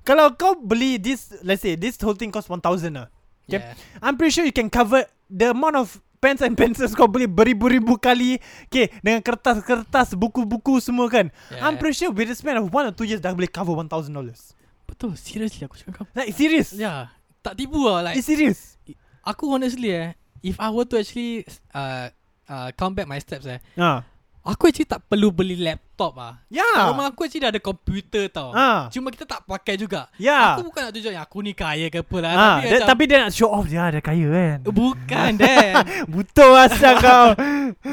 Speaker 3: Kalau kau beli this, let's say this whole thing cost 1,000 lah. Okay.
Speaker 5: Yeah.
Speaker 3: I'm pretty sure you can cover the amount of pens and pencils kau beli beribu-ribu kali. Okay, dengan kertas-kertas, buku-buku semua kan.
Speaker 5: Yeah.
Speaker 3: I'm pretty sure within a span of one or two years dah boleh cover $1,000.
Speaker 5: Betul seriously aku cakap kau
Speaker 3: Like serious.
Speaker 5: Yeah Tak tipu lah like
Speaker 3: It's serious.
Speaker 5: Aku honestly eh If I were to actually uh, uh, Count back my steps eh
Speaker 3: Ah.
Speaker 5: Aku actually tak perlu beli laptop ah. Kat
Speaker 3: Yeah.
Speaker 5: rumah aku actually dah ada komputer tau
Speaker 3: Ah.
Speaker 5: Cuma kita tak pakai juga
Speaker 3: Yeah.
Speaker 5: Aku bukan nak tunjuk yang aku ni kaya ke apa lah
Speaker 3: Ah,
Speaker 5: Tapi Oh,
Speaker 3: dia,
Speaker 5: macam
Speaker 3: tapi dia nak show off dia ada kaya kan. <laughs>
Speaker 5: Bukan Dan
Speaker 3: Butuh <laughs> asal kau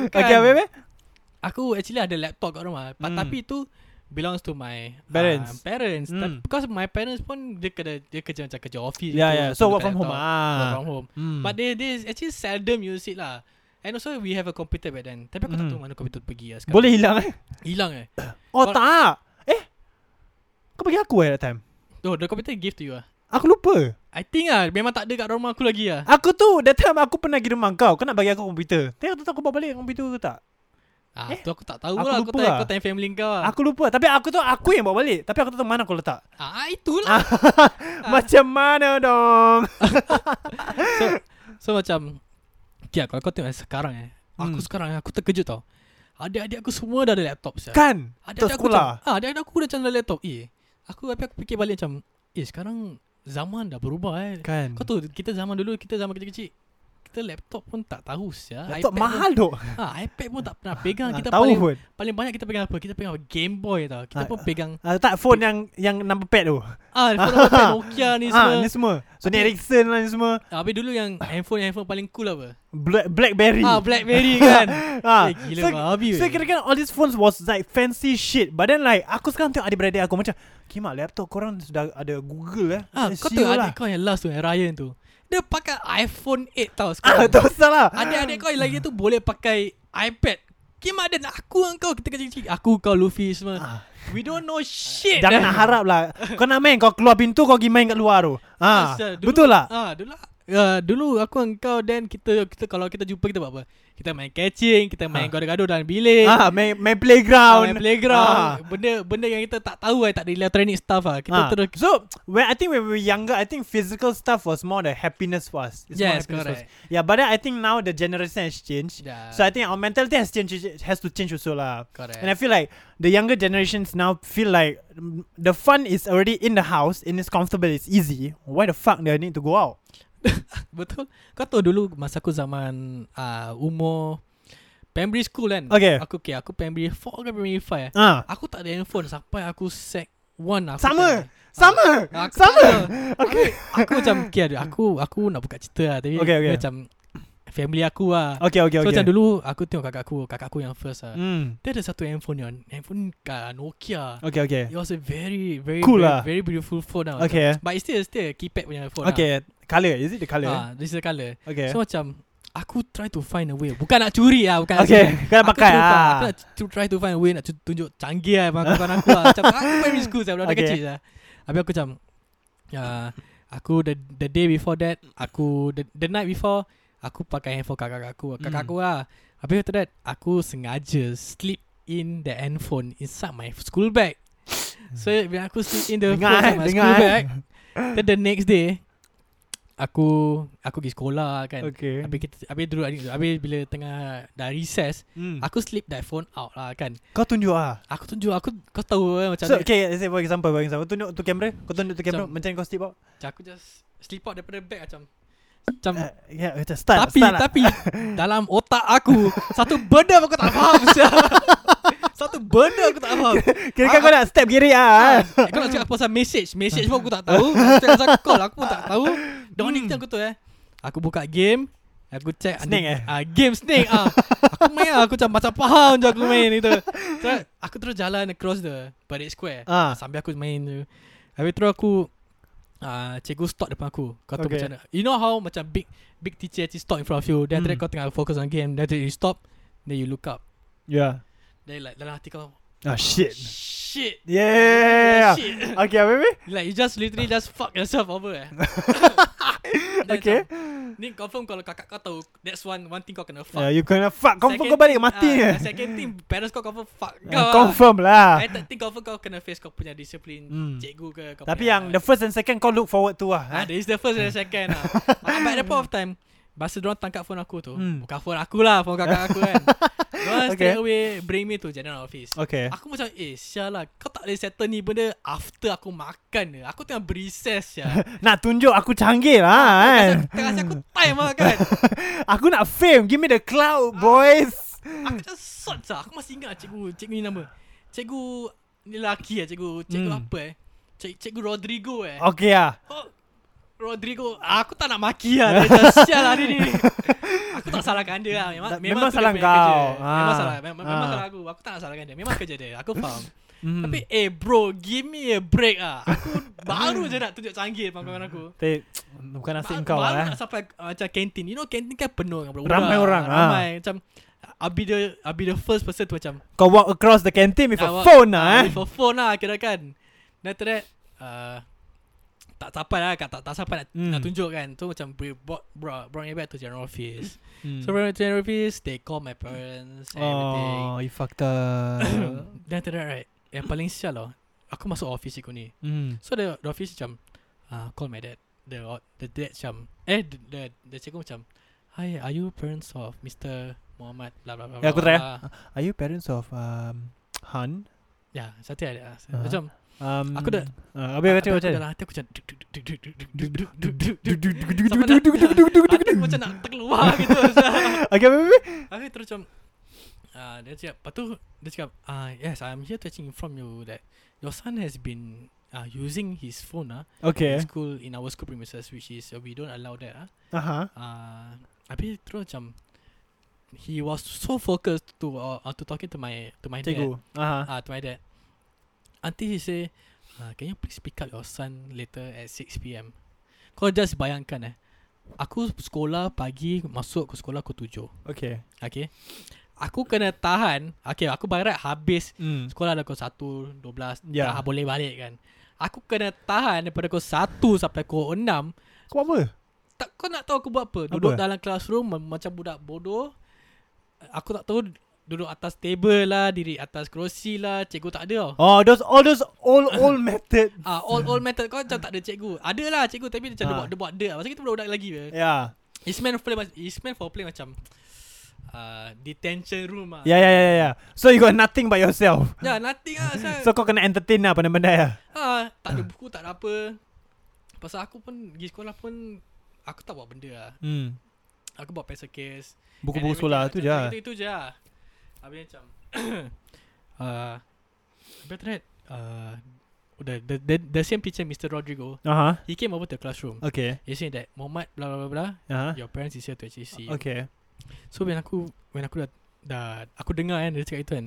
Speaker 3: Okay apa apa
Speaker 5: Aku actually ada laptop kat rumah But
Speaker 3: Hmm.
Speaker 5: Tapi itu Belongs to my
Speaker 3: Parents.
Speaker 5: uh, Parents
Speaker 3: Hmm.
Speaker 5: Tapi Because my parents pun Dia kerja, dia kerja macam kerja office
Speaker 3: Yeah,
Speaker 5: gitu,
Speaker 3: yeah. Ya,
Speaker 5: so
Speaker 3: So
Speaker 5: dia
Speaker 3: work
Speaker 5: pakai
Speaker 3: from home
Speaker 5: laptop.
Speaker 3: ah.
Speaker 5: Work from home
Speaker 3: Hmm.
Speaker 5: But they, they actually seldom use it lah And also we have a computer back then Tapi aku
Speaker 3: Mhm.
Speaker 5: tak tahu mana computer pergi lah sekarang
Speaker 3: Boleh hilang eh
Speaker 5: Hilang eh
Speaker 3: Oh
Speaker 5: Kau-
Speaker 3: tak Eh Kau bagi aku eh that time
Speaker 5: Oh the computer give to you ah
Speaker 3: Aku lupa
Speaker 5: I think ah Memang tak ada kat rumah aku lagi ah
Speaker 3: Aku tu That time aku pernah pergi rumah kau Kau nak bagi aku komputer Tengok tu aku bawa balik komputer tu tak
Speaker 5: Ah,
Speaker 3: Eh,
Speaker 5: tu aku tak tahu
Speaker 3: aku
Speaker 5: lah. Aku
Speaker 3: lupa
Speaker 5: tanya,
Speaker 3: lah.
Speaker 5: kau tanya family kau lah.
Speaker 3: Aku lupa Tapi aku tu aku yang bawa balik Tapi aku tak tahu mana aku letak
Speaker 5: Ah, itulah. Ah.
Speaker 3: Macam mana dong
Speaker 5: so, so macam, okay, lah, kalau kau tengok sekarang eh. Aku
Speaker 3: Hmm.
Speaker 5: sekarang aku terkejut tau. Adik-adik aku semua dah ada laptop siap.
Speaker 3: Kan Terus
Speaker 5: Adik-adik aku
Speaker 3: sekolah
Speaker 5: macam, ah, adik-adik aku dah macam ada laptop. Eh, aku tapi aku fikir balik macam, eh sekarang zaman dah berubah eh.
Speaker 3: Kan
Speaker 5: Kau tahu kita zaman dulu, kita zaman kecil-kecil. Kita laptop pun tak tahu siap.
Speaker 3: Laptop
Speaker 5: iPad
Speaker 3: mahal tu
Speaker 5: Pun, ah, iPad pun tak pernah pegang. Kita
Speaker 3: Tahu
Speaker 5: paling,
Speaker 3: pun
Speaker 5: paling banyak kita pegang apa? Kita pegang Game Boy tau. Kita
Speaker 3: Ah,
Speaker 5: pun pegang
Speaker 3: Ah, Tak phone yang Yang number pad tu <laughs>
Speaker 5: ah, phone iPad Nokia ni semua.
Speaker 3: Ah, Ni semua Sony
Speaker 5: Tapi-
Speaker 3: Ericsson lah ni semua
Speaker 5: Ah, Habis dulu yang handphone-handphone paling cool apa?
Speaker 3: Black, Blackberry
Speaker 5: Ah, Blackberry
Speaker 3: <laughs>
Speaker 5: kan?
Speaker 3: Ah,
Speaker 5: Eh, gila
Speaker 3: so,
Speaker 5: babi
Speaker 3: So
Speaker 5: weh.
Speaker 3: kira-kira all these phones was like fancy shit But then like Aku sekarang tengok adik-beradik aku macam Kimak laptop korang sudah ada Google eh
Speaker 5: ah,
Speaker 3: Eh,
Speaker 5: kau
Speaker 3: siul
Speaker 5: tengok adik kau yang last tu, yang Ryan tu. Dia pakai iPhone 8
Speaker 3: <laughs>
Speaker 5: tau
Speaker 3: Ah,
Speaker 5: sekarang.
Speaker 3: tak usah lah
Speaker 5: Adik-adik kau yang lagi tu boleh pakai iPad. Kimak ada aku dengan kau kita kecil-kecil. Aku, kau, Luffy semua. We don't know shit.
Speaker 3: Ah. Jangan
Speaker 5: <laughs>
Speaker 3: nak harap lah Kau nak main Kau keluar pintu Kau pergi main kat luar tu ah,
Speaker 5: Asal, dulu-
Speaker 3: Betul lah
Speaker 5: Ah, dulu Uh, dulu aku dengan kau Dan kita, kita Kalau kita jumpa kita buat apa Kita main catching Kita
Speaker 3: Ah.
Speaker 5: main gado-gado dalam bilik
Speaker 3: ah, main, main
Speaker 5: eh. Ah,
Speaker 3: playground
Speaker 5: main playground Benda benda yang kita tak tahu eh, Tak ada electronic stuff lah Kita
Speaker 3: Ah.
Speaker 5: terus
Speaker 3: So when I think when we were younger, I think physical stuff was more the happiness for us. It's more happiness
Speaker 5: Yes,
Speaker 3: for us.
Speaker 5: correct.
Speaker 3: Yeah, but then I think now the generation has changed.
Speaker 5: Yeah.
Speaker 3: So I think our mentality has changed. Has to change also lah.
Speaker 5: Correct.
Speaker 3: And I feel like the younger generations now feel like mm, the fun is already in the house and it's comfortable, it's easy. Why the fuck do I need to go out?
Speaker 5: Betul Kau tahu dulu Masa aku zaman uh, ah, Umur Primary school kan
Speaker 3: Okay.
Speaker 5: Aku okay Aku primary 4 ke primary 5 eh.
Speaker 3: Ah.
Speaker 5: Aku tak ada handphone Sampai aku sec 1
Speaker 3: Sama.
Speaker 5: aku tak ada.
Speaker 3: Sama.
Speaker 5: Aku
Speaker 3: Sama.
Speaker 5: tak ada.
Speaker 3: <laughs> Okay.
Speaker 5: Aku, aku macam okay, ada- Aku aku nak buka cerita lah Tapi
Speaker 3: Okay, okay.
Speaker 5: macam Family aku lah
Speaker 3: Okay, okay,
Speaker 5: So
Speaker 3: okay.
Speaker 5: macam dulu Aku tengok kakak aku Kakak aku yang first lah
Speaker 3: Hmm.
Speaker 5: Dia ada satu handphone ni Handphone kat Nokia
Speaker 3: Okay, okay.
Speaker 5: It was a very very
Speaker 3: Cool
Speaker 5: very,
Speaker 3: lah.
Speaker 5: very beautiful phone lah.
Speaker 3: Okay.
Speaker 5: But it's still still a keypad punya phone.
Speaker 3: Okay. Color. Is it the
Speaker 5: Lah.
Speaker 3: color?
Speaker 5: Ah, this is the color.
Speaker 3: Okay.
Speaker 5: So macam aku try to find a way. Bukan nak curi lah, bukan.
Speaker 3: Okay,
Speaker 5: Nak curi.
Speaker 3: kau nak
Speaker 5: Aku
Speaker 3: pakai Ah.
Speaker 5: try to-
Speaker 3: lah.
Speaker 5: Aku nak tu- try to find a way nak tu- tunjuk canggih lah Abang kawan aku lah. Macam aku primary school saya budak
Speaker 3: Okay.
Speaker 5: kecil lah. Habis aku macam uh, aku the, the day before that, aku the, the night before aku pakai handphone kakak aku, kakak
Speaker 3: Hmm.
Speaker 5: aku lah. Habis after that aku sengaja slip in the handphone inside my school bag. So bila aku slip in the
Speaker 3: Dengar,
Speaker 5: phone
Speaker 3: eh,
Speaker 5: inside my school
Speaker 3: dengar, eh.
Speaker 5: bag, then the next day aku aku pergi sekolah kan.
Speaker 3: Okay.
Speaker 5: Habis kita habis dulu habis bila tengah dah recess,
Speaker 3: Hmm.
Speaker 5: aku slip that phone out lah kan.
Speaker 3: Kau tunjuk ah.
Speaker 5: Aku tunjuk aku kau tahu kan macam
Speaker 3: So,
Speaker 5: ni.
Speaker 3: okay, let's say for example, for example. Tunjuk tu kamera. Kau tunjuk tu kamera.
Speaker 5: Macam-
Speaker 3: Macam kau step out.
Speaker 5: macam aku just slip out daripada bag macam macam
Speaker 3: Uh, yeah, kita start.
Speaker 5: Hmm. tapi
Speaker 3: start lah. <laughs>
Speaker 5: tapi dalam otak aku satu benda aku tak faham sial. <laughs> Satu benda aku tak faham.
Speaker 3: Kira kan kau nak step kiri <laughs> ah.
Speaker 5: Ah, Kau nak cakap pasal message Message pun aku tak tahu Nak cakap pasal call Aku pun tak tahu Dah ni kita aku tu eh Aku buka game Aku check
Speaker 3: Hmm. Snake, eh?
Speaker 5: ah, Game snake ah. Aku main lah Aku macam macam faham je aku main
Speaker 3: <laughs>
Speaker 5: gitu Terus Aku terus jalan across the Parade Square
Speaker 3: Ah.
Speaker 5: Sambil aku main tu Habis terus aku uh, Cikgu stop depan aku Kau tahu
Speaker 3: Okay.
Speaker 5: okay. macam mana You know how macam big Big teacher actually stop in front of you Then after
Speaker 3: Hmm.
Speaker 5: that kau tengah fokus on game Then after that you stop Then you look up
Speaker 3: Yeah.
Speaker 5: Then like dalam hati kau
Speaker 3: Ya. Ah shit.
Speaker 5: Shit
Speaker 3: Yeah.
Speaker 5: Shit
Speaker 3: Okay, baby.
Speaker 5: Like you just literally just fuck yourself over
Speaker 3: <laughs>
Speaker 5: eh. Then
Speaker 3: Okay.
Speaker 5: macam, Ni confirm kalau kakak kau tahu that's one one thing kau kena
Speaker 3: Yeah,
Speaker 5: fuck.
Speaker 3: you kena fuck. Confirm
Speaker 5: Second
Speaker 3: kau balik
Speaker 5: thing-
Speaker 3: mati
Speaker 5: ah,
Speaker 3: ke? <laughs>
Speaker 5: Second thing parents kau confirm fuck
Speaker 3: Ah,
Speaker 5: kau.
Speaker 3: Confirm lah.
Speaker 5: I tak think confirm kau kena face kau punya discipline
Speaker 3: Hmm.
Speaker 5: cikgu ke kau
Speaker 3: Tapi
Speaker 5: punya-
Speaker 3: yang the first and second kau look forward to
Speaker 5: ah,
Speaker 3: lah. eh?
Speaker 5: this the first and the second
Speaker 3: <laughs>
Speaker 5: lah. Ah, But at the point of time Masa diorang tangkap phone aku tu
Speaker 3: Hmm.
Speaker 5: Bukan phone aku lah Phone kakak aku
Speaker 3: <laughs>
Speaker 5: kan Diorang
Speaker 3: Okay.
Speaker 5: straight away Bring me to general office
Speaker 3: Okay.
Speaker 5: Aku macam Eh sial lah Kau tak boleh settle ni benda After aku makan je Aku tengah berecess ya
Speaker 3: <laughs> Nak tunjuk aku canggih lah
Speaker 5: Ah,
Speaker 3: kan.
Speaker 5: Tengah- Tengah kasi aku time lah
Speaker 3: <laughs>
Speaker 5: kan
Speaker 3: Aku nak fame. Give me the cloud, boys.
Speaker 5: Aku just sort lah Aku masih ingat cikgu Cikgu ni nama Cikgu Ni lelaki lah cikgu Cikgu
Speaker 3: Hmm.
Speaker 5: apa eh Cik, Cikgu Rodrigo eh
Speaker 3: Okay ah.
Speaker 5: oh. Rodrigo Aku tak nak maki lah Dia just sial
Speaker 3: <laughs>
Speaker 5: lah hari ni Aku tak salahkan dia lah Memang,
Speaker 3: Tak- memang
Speaker 5: tu dia
Speaker 3: salah
Speaker 5: punya
Speaker 3: kau.
Speaker 5: kerja. Memang
Speaker 3: Ah.
Speaker 5: salah memang, memang
Speaker 3: Ah.
Speaker 5: salah aku Aku tak nak salahkan dia Memang kerja dia Aku faham
Speaker 3: Hmm.
Speaker 5: Tapi eh bro Give me a break ah. Aku baru je nak tunjuk canggih Pangkawan aku
Speaker 3: Tapi bukan nasib
Speaker 5: Ba-
Speaker 3: kau lah.
Speaker 5: baru
Speaker 3: eh.
Speaker 5: nak sampai uh, macam kantin. You know kantin kan penuh dengan budak-budak.
Speaker 3: Ramai orang, ah.
Speaker 5: Ramai macam I'll be the I'll be the first person to macam
Speaker 3: Kau walk across the canteen with
Speaker 5: nak
Speaker 3: a
Speaker 5: buat-
Speaker 3: phone lah eh.
Speaker 5: With a phone lah kira kan. Then after that uh, tak sampai lah kat, tak, tak sampai nak,
Speaker 3: Hmm.
Speaker 5: nak tunjuk kan. So macam bring, brought, brought, brought me back to general office.
Speaker 3: Hmm.
Speaker 5: So brought me to general office, they call my parents and everything.
Speaker 3: Oh, you fucked
Speaker 5: <coughs>
Speaker 3: up.
Speaker 5: Then after that right, yang paling sial lah. Aku masuk office aku ni.
Speaker 3: Hmm.
Speaker 5: So the, the office macam uh, Call my dad The the dad macam Eh the, the, the cikgu macam Hi are you parents of Mr Muhammad blah blah blah
Speaker 3: Ya, aku try,
Speaker 5: blah, blah."
Speaker 3: Are you parents of um, Han?
Speaker 5: Ya satu ada
Speaker 3: Ah.
Speaker 5: Macam
Speaker 3: Um,
Speaker 5: Aku dah-
Speaker 3: Uh, habis
Speaker 5: ah,
Speaker 3: macam
Speaker 5: tapi
Speaker 3: macam.
Speaker 5: aku Dalam hati aku macam duk, duk, duk, duk, duk, duk, duk, duk, duk, duk, duk. Sampai nak- hati aku Macam nak <laughs> terkeluar gitu
Speaker 3: Okay, baby.
Speaker 5: Aku terus macam ah, Dia cakap Lepas tu Dia cakap ah, Yes I'm here to actually inform you That Your son has been uh, Using his phone ah, <laughs>
Speaker 3: Okay.
Speaker 5: In school In our school premises Which is uh, We don't allow that ah.
Speaker 3: Uh-huh.
Speaker 5: uh, Habis terus macam He was so focused to uh, uh, to talking to my to my
Speaker 3: Cikgu.
Speaker 5: dad
Speaker 3: Uh-huh.
Speaker 5: uh, to my dad until he say uh, can you please pick up your son later at 6 pm kau just bayangkan eh aku sekolah pagi masuk ke sekolah aku 7
Speaker 3: Okay.
Speaker 5: okay aku kena tahan okay aku by right habis
Speaker 3: Hmm.
Speaker 5: sekolah dah pukul 1 12
Speaker 3: Ya.
Speaker 5: yeah. dah boleh balik kan aku kena tahan daripada pukul 1 sampai pukul 6
Speaker 3: Kau apa?
Speaker 5: tak kau nak tahu aku buat apa? Duduk
Speaker 3: Apa?
Speaker 5: dalam classroom mem- macam budak bodoh. Aku tak tahu duduk atas table lah, diri atas kerusi lah, cikgu tak ada tau.
Speaker 3: Oh, those all those old
Speaker 5: <laughs>
Speaker 3: old method.
Speaker 5: Ah, all all method kau macam tak ada cikgu. Ada lah cikgu tapi dia macam
Speaker 3: Hmm. Ah.
Speaker 5: dia buat dia buat dia. Masa kita budak-budak lagi ke.
Speaker 3: Yeah.
Speaker 5: It's meant for play mac- it's meant for play macam uh, detention room ah.
Speaker 3: Yeah, yeah, yeah, yeah. So you got nothing but yourself.
Speaker 5: Ya, yeah, nothing
Speaker 3: <laughs>
Speaker 5: ah. Saya,
Speaker 3: So kau kena entertain lah benda-benda ya.
Speaker 5: ah, tak ada buku, tak ada apa. Pasal aku pun pergi sekolah pun aku tak buat benda lah.
Speaker 3: Hmm.
Speaker 5: Aku buat pencil case
Speaker 3: Buku-buku sekolah tu je lah.
Speaker 5: Itu, itu je lah Habis macam <coughs> uh, Habis after that uh, the, the, the, the same teacher Mr. Rodrigo
Speaker 3: Aha
Speaker 5: He came over to the classroom
Speaker 3: Okay
Speaker 5: He said that Muhammad blah blah blah, blah
Speaker 3: Aha
Speaker 5: Your parents is here to actually see you.
Speaker 3: Ah. Okay
Speaker 5: So when aku When aku dah, dah Aku dengar kan Dia cakap itu kan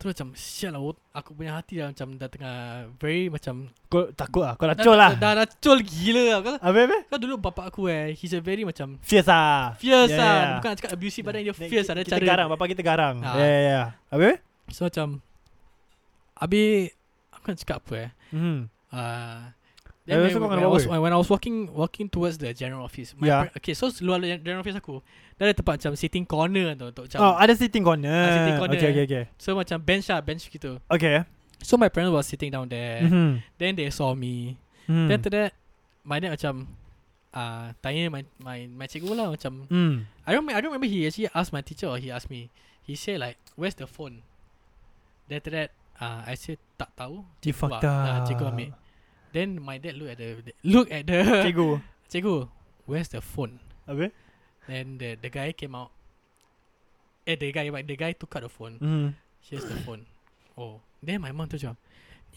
Speaker 5: Terus macam Sial lah ot- Aku punya hati dah macam Dah tengah Very macam
Speaker 3: Kau takut lah Kau dah col lah
Speaker 5: Dah, dah, dah col gila lah Kau,
Speaker 3: Habis-habis
Speaker 5: kau dulu bapak aku eh He's a very macam
Speaker 3: Fierce lah
Speaker 5: Fierce
Speaker 3: Ya,
Speaker 5: yeah, lah
Speaker 3: ya,
Speaker 5: yeah.
Speaker 3: ya.
Speaker 5: Bukan nak cakap abusive Badan dia
Speaker 3: Ni
Speaker 5: fierce
Speaker 3: ki-
Speaker 5: lah Ada
Speaker 3: Kita
Speaker 5: cara
Speaker 3: garang Bapak kita garang
Speaker 5: Ha.
Speaker 3: Ya ya ya Habis
Speaker 5: So macam Habis Aku nak cakap apa eh
Speaker 3: Hmm
Speaker 5: uh,
Speaker 3: Eh,
Speaker 5: then
Speaker 3: so kau
Speaker 5: when, when,
Speaker 3: kena
Speaker 5: I was,
Speaker 3: buat
Speaker 5: when I was walking Walking towards the general office my
Speaker 3: Ya.
Speaker 5: par- Okay so Luar general office aku Dah ada tempat macam Sitting corner tu Untuk macam
Speaker 3: Oh ada sitting corner
Speaker 5: Ah, sitting corner,
Speaker 3: Okay
Speaker 5: eh.
Speaker 3: okay okay
Speaker 5: So macam bench lah Bench gitu
Speaker 3: Okay
Speaker 5: So my parents was sitting down there mm-hmm.
Speaker 3: Mhm.
Speaker 5: Then they saw me
Speaker 3: Hmm.
Speaker 5: mm. Then after that My dad macam uh, Tanya my, my my cikgu lah Macam
Speaker 3: Hmm
Speaker 5: I don't, I don't remember he actually asked my teacher Or he asked me He said like Where's the phone Then after that uh, I said tak tahu
Speaker 3: You
Speaker 5: Cikgu
Speaker 3: fucked
Speaker 5: ah- ah,
Speaker 3: up.
Speaker 5: Cikgu ambil Then my dad look at the Look at the
Speaker 3: <laughs> Cikgu
Speaker 5: Cikgu Where's the phone
Speaker 3: Habis
Speaker 5: Then the the guy came out Eh the guy The guy took out the phone <laughs>
Speaker 3: Hmm
Speaker 5: Here's the phone Oh Then my mom tu macam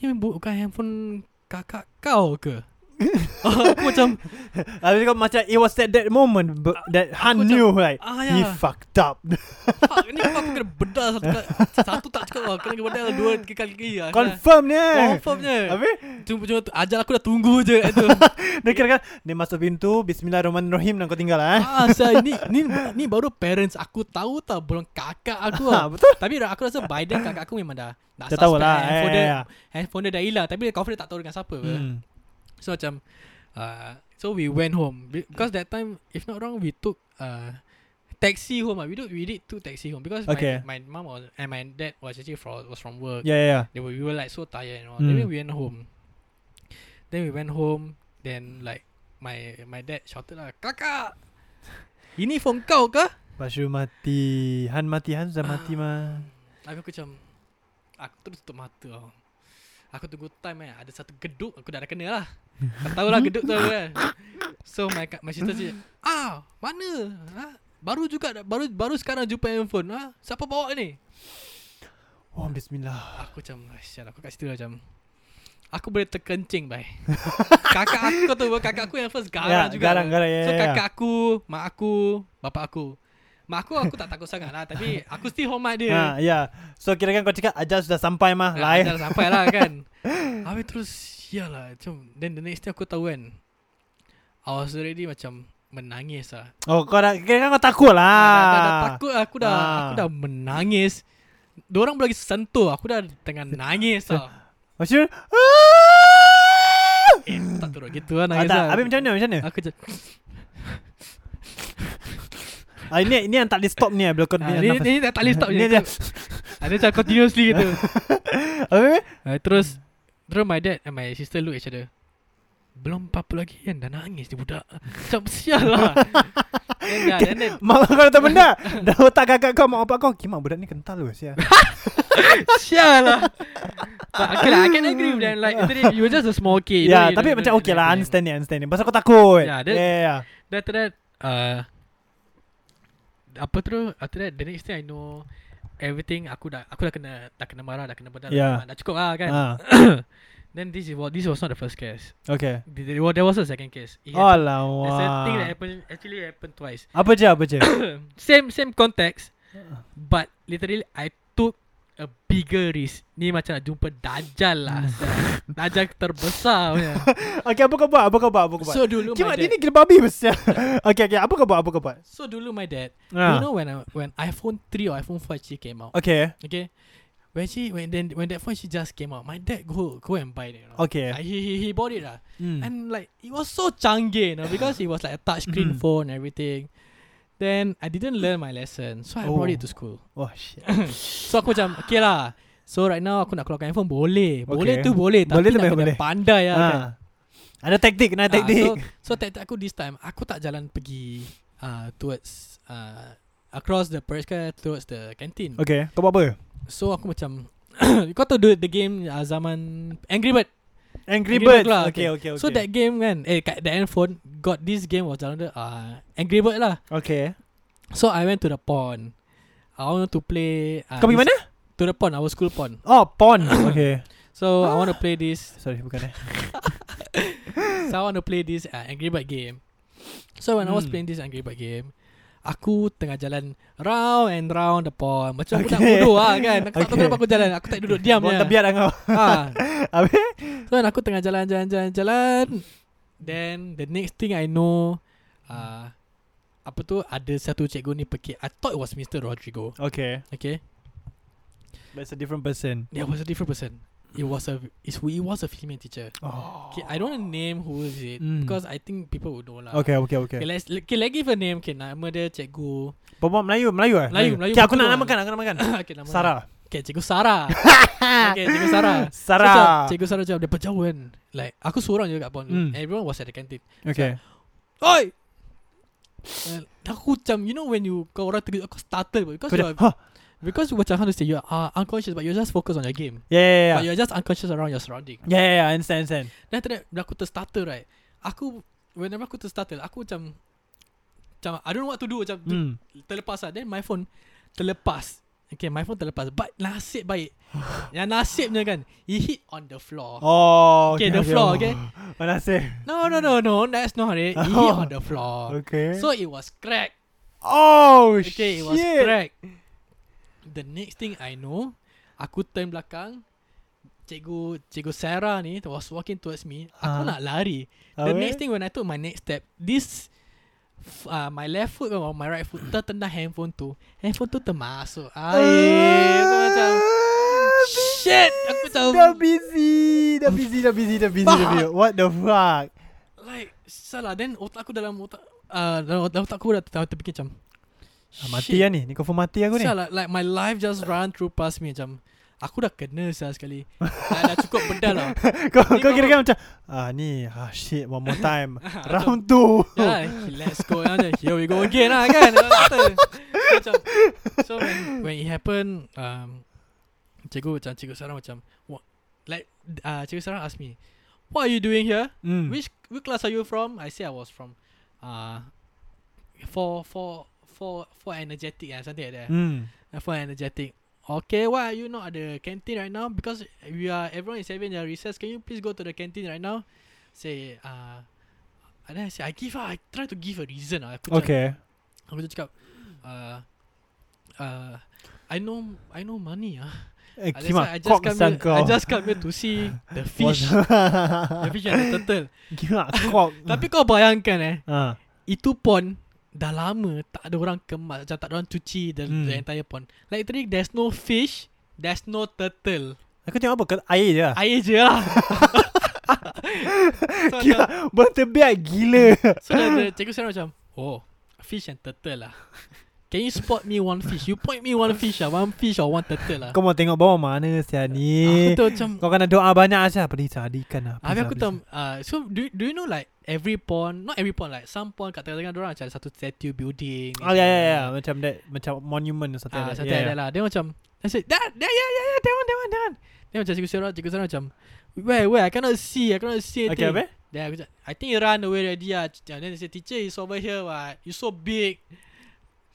Speaker 5: Ni bukan handphone kakak kau
Speaker 3: <laughs>
Speaker 5: ke? Oh, aku macam
Speaker 3: Habis kau macam It was at that moment but That Han
Speaker 5: Ah, macam-
Speaker 3: knew right
Speaker 5: Ah
Speaker 3: He
Speaker 5: ya
Speaker 3: fucked up
Speaker 5: Fuck ni kenapa aku kena bedal satu kali Satu tak cukup lah Kena bedal dua tiga kali lagi lah
Speaker 3: <laughs> Confirm ni
Speaker 5: Confirm je
Speaker 3: Habis
Speaker 5: Cuma cuma tu- ajal aku dah tunggu je kat
Speaker 3: <laughs>
Speaker 5: tu.
Speaker 3: Dia kira kan, Dia masuk pintu Bismillahirrahmanirrahim Dan kau tinggal lah eh
Speaker 5: Ah saya ni ni ni baru parents aku tahu tak belum kakak aku lah.
Speaker 3: Ah, <laughs> Betul
Speaker 5: <laughs> Tapi ra- aku rasa by then kakak aku memang dah dah
Speaker 3: Dah tahu
Speaker 5: suspect
Speaker 3: lah
Speaker 5: handphone
Speaker 3: eh,
Speaker 5: dia
Speaker 3: ya.
Speaker 5: handphone dia dah hilang tapi confirm dia tak tahu dengan siapa. apa.
Speaker 3: Hmm.
Speaker 5: So macam uh, So we went home Be- Because that time If not wrong We took uh, Taxi home ah. We did, we did two taxi home Because
Speaker 3: Okay.
Speaker 5: my, my mom was, And my dad was actually from, was from work
Speaker 3: Ya ya ya
Speaker 5: They were, We were like so tired and all
Speaker 3: Mm.
Speaker 5: Then we went home Then we went home Then like My my dad shouted lah Kakak Ini phone kau ke?
Speaker 3: Bashir mati Han mati Han sudah mati
Speaker 5: Ah.
Speaker 3: mah
Speaker 5: Tapi aku macam Aku terus tutup mata tau Aku tunggu time eh Ada satu geduk Aku dah dah kena lah Kau tahu lah geduk tu apa kan So my, ka- my sister cakap Ah mana ha? Baru juga dah- Baru baru sekarang jumpa handphone ha? Siapa bawa ni
Speaker 3: Oh bismillah
Speaker 5: Aku macam "Ah, Sial aku kat situ lah macam Aku boleh terkencing bye Kakak aku kau tahu Kakak aku yang first
Speaker 3: Ya,
Speaker 5: garang juga
Speaker 3: garang, garang, ya,
Speaker 5: So
Speaker 3: ya, ya.
Speaker 5: kakak aku Mak aku Bapak aku Mak aku aku tak takut sangat lah Tapi aku still hormat dia
Speaker 3: Ha ya So kira kan kau cakap Ajal sudah sampai mah
Speaker 5: Ah,
Speaker 3: Lain
Speaker 5: Dah sampai
Speaker 3: <laughs>
Speaker 5: lah kan Habis terus Ya lah macam, Then the next day aku tahu kan I was already macam Menangis lah
Speaker 3: Oh kau dah Kira kan kau takut lah
Speaker 5: ah, dah, dah, dah, Takut lah, aku dah
Speaker 3: Ah.
Speaker 5: Aku dah menangis Diorang belum lagi sentuh Aku dah tengah nangis lah
Speaker 3: Bashir
Speaker 5: Eh tak turut gitu lah
Speaker 3: Ah,
Speaker 5: nangis
Speaker 3: tak,
Speaker 5: lah
Speaker 3: habis macam mana Ah, macam mana?
Speaker 5: Aku macam
Speaker 3: Ah, ini ini yang tak boleh stop ni eh, bila kau
Speaker 5: ah,
Speaker 3: punya
Speaker 5: ni,
Speaker 3: nafas.
Speaker 5: ni, tak, tak boleh stop
Speaker 3: <laughs>
Speaker 5: je
Speaker 3: Ni
Speaker 5: <laughs>
Speaker 3: dia.
Speaker 5: Ada macam continuously
Speaker 3: <laughs>
Speaker 5: gitu
Speaker 3: Habis?
Speaker 5: Ah, Terus Terus my dad and my sister look at each other Belum apa-apa lagi kan Dah nangis dia budak <laughs> Macam sial
Speaker 3: <laughs>
Speaker 5: lah Then dah then, then,
Speaker 3: Mak kau kata benda Dah otak kakak kau Mak bapak kau Kimak budak ni kental weh sia
Speaker 5: Sial lah But okay lah I can agree with them Like literally, You were just a small kid
Speaker 3: Ya tapi macam okay lah Understand ni understand ni Pasal kau takut
Speaker 5: Ya,
Speaker 3: Ya
Speaker 5: dia-
Speaker 3: ya
Speaker 5: Then after that uh, Apa tu After that The next thing I know Everything Aku dah Aku dah kena Dah kena marah Dah kena bedal dah
Speaker 3: Yeah.
Speaker 5: kena- Dah cukup lah kan
Speaker 3: Ah,
Speaker 5: <coughs> Then this is what This was not the first case
Speaker 3: Okay
Speaker 5: There there was there was a second case It
Speaker 3: Oh
Speaker 5: happened- There's a thing that
Speaker 3: lawa
Speaker 5: happened Actually happened twice
Speaker 3: Apa je apa
Speaker 5: <coughs>
Speaker 3: je
Speaker 5: <laughs> same same context but literally I took a bigger risk ni macam nak jumpa dajal lah dajal terbesar punya.
Speaker 3: Okay apa kau buat Apa kau buat Apa kau buat
Speaker 5: so dulu my
Speaker 3: Kimak dia
Speaker 5: dad
Speaker 3: ni gila babi weh sia <laughs> Okay okay apa kau buat Apa kau buat
Speaker 5: so dulu my dad
Speaker 3: Ah.
Speaker 5: you know when I, when iPhone 3 or iPhone 4 actually came out
Speaker 3: Okay
Speaker 5: okay when she when then when that phone she just came out my dad go go and buy it you know
Speaker 3: Okay.
Speaker 5: Like, he, he, he bought it lah
Speaker 3: Hmm.
Speaker 5: and like it was so canggih you know because it was like a touch
Speaker 3: Mhm.
Speaker 5: screen phone and everything then I didn't learn my lesson so I
Speaker 3: Oh.
Speaker 5: brought it to school
Speaker 3: Oh shit
Speaker 5: So aku macam Okay lah So right now aku nak keluarkan handphone Boleh Boleh
Speaker 3: Okay.
Speaker 5: tu boleh Tapi
Speaker 3: Boleh tu
Speaker 5: nak
Speaker 3: memang
Speaker 5: kena
Speaker 3: boleh.
Speaker 5: pandai lah kan.
Speaker 3: Ah. Ada taktik Nak
Speaker 5: Ah, So,
Speaker 3: taktik
Speaker 5: so taktik aku this time Aku tak jalan pergi uh, Towards uh, Across the Paris ke Towards the canteen
Speaker 3: Okay Kau buat apa
Speaker 5: <coughs> So aku macam Kau tahu the, the game uh, Zaman ah, Angry Bird
Speaker 3: Angry Birds.
Speaker 5: lah,
Speaker 3: Okay, okay, okay.
Speaker 5: So that game kan, eh kat that handphone got this game was down there uh, Angry Bird lah.
Speaker 3: Okay.
Speaker 5: So I went to the pond. I want to play uh,
Speaker 3: Kau pergi
Speaker 5: this-
Speaker 3: mana?
Speaker 5: To the pond, our school pond.
Speaker 3: Oh, pawn. okay.
Speaker 5: So I
Speaker 3: Ah.
Speaker 5: want to play this.
Speaker 3: Sorry, bukan eh.
Speaker 5: So I want to play this uh, Angry Bird game. So when I was
Speaker 3: Hmm.
Speaker 5: playing this Angry Bird game, aku tengah jalan round and round the pond. Macam aku
Speaker 3: Okay.
Speaker 5: nak bodoh lah kan. Aku tak tahu
Speaker 3: Okay.
Speaker 5: kenapa aku jalan. Aku tak
Speaker 3: <laughs>
Speaker 5: duduk diam
Speaker 3: Buat
Speaker 5: je.
Speaker 3: tabiat lah kau.
Speaker 5: Ha,
Speaker 3: <laughs> Habis?
Speaker 5: So when aku tengah jalan jalan jalan jalan Then the next thing I know uh, Apa tu ada satu cikgu ni pergi I thought it was Mr. Rodrigo
Speaker 3: Okay.
Speaker 5: Okay
Speaker 3: But it's a different person.
Speaker 5: There was a different person It was a it's, It was a female teacher
Speaker 3: Oh.
Speaker 5: okay, I don't want to name who is it
Speaker 3: Mm.
Speaker 5: Because I think people would know lah
Speaker 3: Okay, okay, okay.
Speaker 5: Okay, let's, okay, let's give a name Okay, nama dia cikgu <coughs>
Speaker 3: Perempuan Melayu, Melayu eh?
Speaker 5: Melayu, Melayu
Speaker 3: Okay, aku
Speaker 5: betul
Speaker 3: nak
Speaker 5: lah.
Speaker 3: namakan, aku nak namakan.
Speaker 5: okay, nama
Speaker 3: Sarah.
Speaker 5: Okay, cikgu
Speaker 3: <laughs>
Speaker 5: Sarah Okay, cikgu Sarah
Speaker 3: Sarah.
Speaker 5: so, macam Cikgu Sarah jawab Daripada jauh kan Like, aku seorang je kat pond
Speaker 3: Mm.
Speaker 5: mm. Everyone was at the canteen
Speaker 3: Okay.
Speaker 5: Oi! Uh, aku macam You know when you Kau orang terkejut Kau startled Because
Speaker 3: Kau
Speaker 5: you
Speaker 3: dah,
Speaker 5: are,
Speaker 3: huh.
Speaker 5: Because macam how to say You are uh, unconscious But you just focus on your game
Speaker 3: Yeah, yeah,
Speaker 5: yeah.
Speaker 3: yeah.
Speaker 5: But you're just unconscious Around your surrounding
Speaker 3: Yeah, yeah, yeah. Understand, understand.
Speaker 5: Then after that Bila aku terstartle right Aku Whenever aku terstartle Aku macam Macam I don't know what to do Macam mm.
Speaker 3: Hmm.
Speaker 5: Terlepas lah Then my phone Terlepas Okay my phone terlepas But nasib
Speaker 3: <laughs>
Speaker 5: baik Yang nasibnya kan It hit on the floor
Speaker 3: Oh,
Speaker 5: Okay, the floor, okay?
Speaker 3: <laughs> Oh, nasib.
Speaker 5: No no no no That's not it It hit on the floor
Speaker 3: Oh. Okay.
Speaker 5: So it was cracked
Speaker 3: oh, shit.
Speaker 5: Okay, it was cracked. The next thing I know, aku turn belakang, cikgu cikgu Sarah ni was walking towards me. Aku
Speaker 3: Ah.
Speaker 5: nak lari. The
Speaker 3: Habis?
Speaker 5: next thing when I took my next step, this f- uh, my left foot or my right foot tertendang handphone tu. Handphone tu termasuk. Air. So macam shit, aku macam
Speaker 3: Ah, Dah busy Dah busy Dah busy Dah busy Dah busy What the fuck Ah,
Speaker 5: like salah then otak aku dalam otak uh, dalam otak dalam otak aku dah ter- terfikir macam
Speaker 3: ah, Mati lah ni Ni confirm mati aku ni
Speaker 5: Sial lah, like my life just run through past me macam aku dah kena sial sekali. dah, dah cukup benda lah.
Speaker 3: <laughs> Kau, kau
Speaker 5: Ni kau-
Speaker 3: kira kan macam Ah ni ah, Shit one more <laughs> time
Speaker 5: Ah,
Speaker 3: Round two
Speaker 5: Ya, lah, let's go. Lah, macam, Here we go again lah kan. Kata. macam, so when, when it happen, um, cikgu macam cikgu Sarah macam what, like uh, cikgu Sarah ask me, what are you doing here?
Speaker 3: mm.
Speaker 5: Which which class are you from? I say I was from uh, for for for for energetic ah something like that.
Speaker 3: mm.
Speaker 5: for energetic. Okay, why are you not at the canteen right now? Because we are everyone is having their recess. Can you please go to the canteen right now? Say, uh, and then I say I give ah, I try to give a reason. ah. Aku cakap-
Speaker 3: Okay
Speaker 5: Aku tu cakap, uh, uh, I know, I know money ah.
Speaker 3: Eh
Speaker 5: Ah, that's
Speaker 3: Kimak
Speaker 5: why I just
Speaker 3: Kok
Speaker 5: come
Speaker 3: sang
Speaker 5: here,
Speaker 3: kau
Speaker 5: I
Speaker 3: <laughs>
Speaker 5: just come here to see the fish, the fish and the turtle.
Speaker 3: Kimak <laughs> kok
Speaker 5: Tapi kau bayangkan eh,
Speaker 3: ah.
Speaker 5: itu pun dah lama tak ada orang kemas macam tak ada orang cuci the, hmm. the
Speaker 3: Hmm.
Speaker 5: entire pond. Like literally there's no fish, there's no turtle.
Speaker 3: Aku tengok apa Kat Air je lah
Speaker 5: Air je lah.
Speaker 3: <laughs>
Speaker 5: so,
Speaker 3: Kimak
Speaker 5: macam,
Speaker 3: Bertebiak gila
Speaker 5: so the, the cikgu sekarang macam, oh, fish and turtle lah. <laughs> Can you spot me one fish? You point me one fish lah, one fish or one turtle lah.
Speaker 3: Kau mau tengok bawah mana Sia
Speaker 5: aku
Speaker 3: ni
Speaker 5: tu macam,
Speaker 3: Kau kena doa banyak Sia Please lah Ada ikan lah Please
Speaker 5: Habis
Speaker 3: lah,
Speaker 5: aku
Speaker 3: please
Speaker 5: tahu uh, So do, do you know like Every pond Not every pond like Some pond kat tengah-tengah Diorang macam ada satu statue building
Speaker 3: lah. Oh ya ya ya Macam that Macam monument or something
Speaker 5: Ah,
Speaker 3: like that.
Speaker 5: something
Speaker 3: Yeah,
Speaker 5: like
Speaker 3: yeah.
Speaker 5: that lah. Dia macam I said, that, that, yeah, yeah, yeah, ya, that one, that one, that one. Dia macam cikgu Sarah, cikgu Sarah macam, where, where, I cannot see, I cannot see
Speaker 3: Okay,
Speaker 5: anything.
Speaker 3: habis?
Speaker 5: Then aku cakap, I think he run away already lah. And then they say, teacher, he's over here, what? You so big.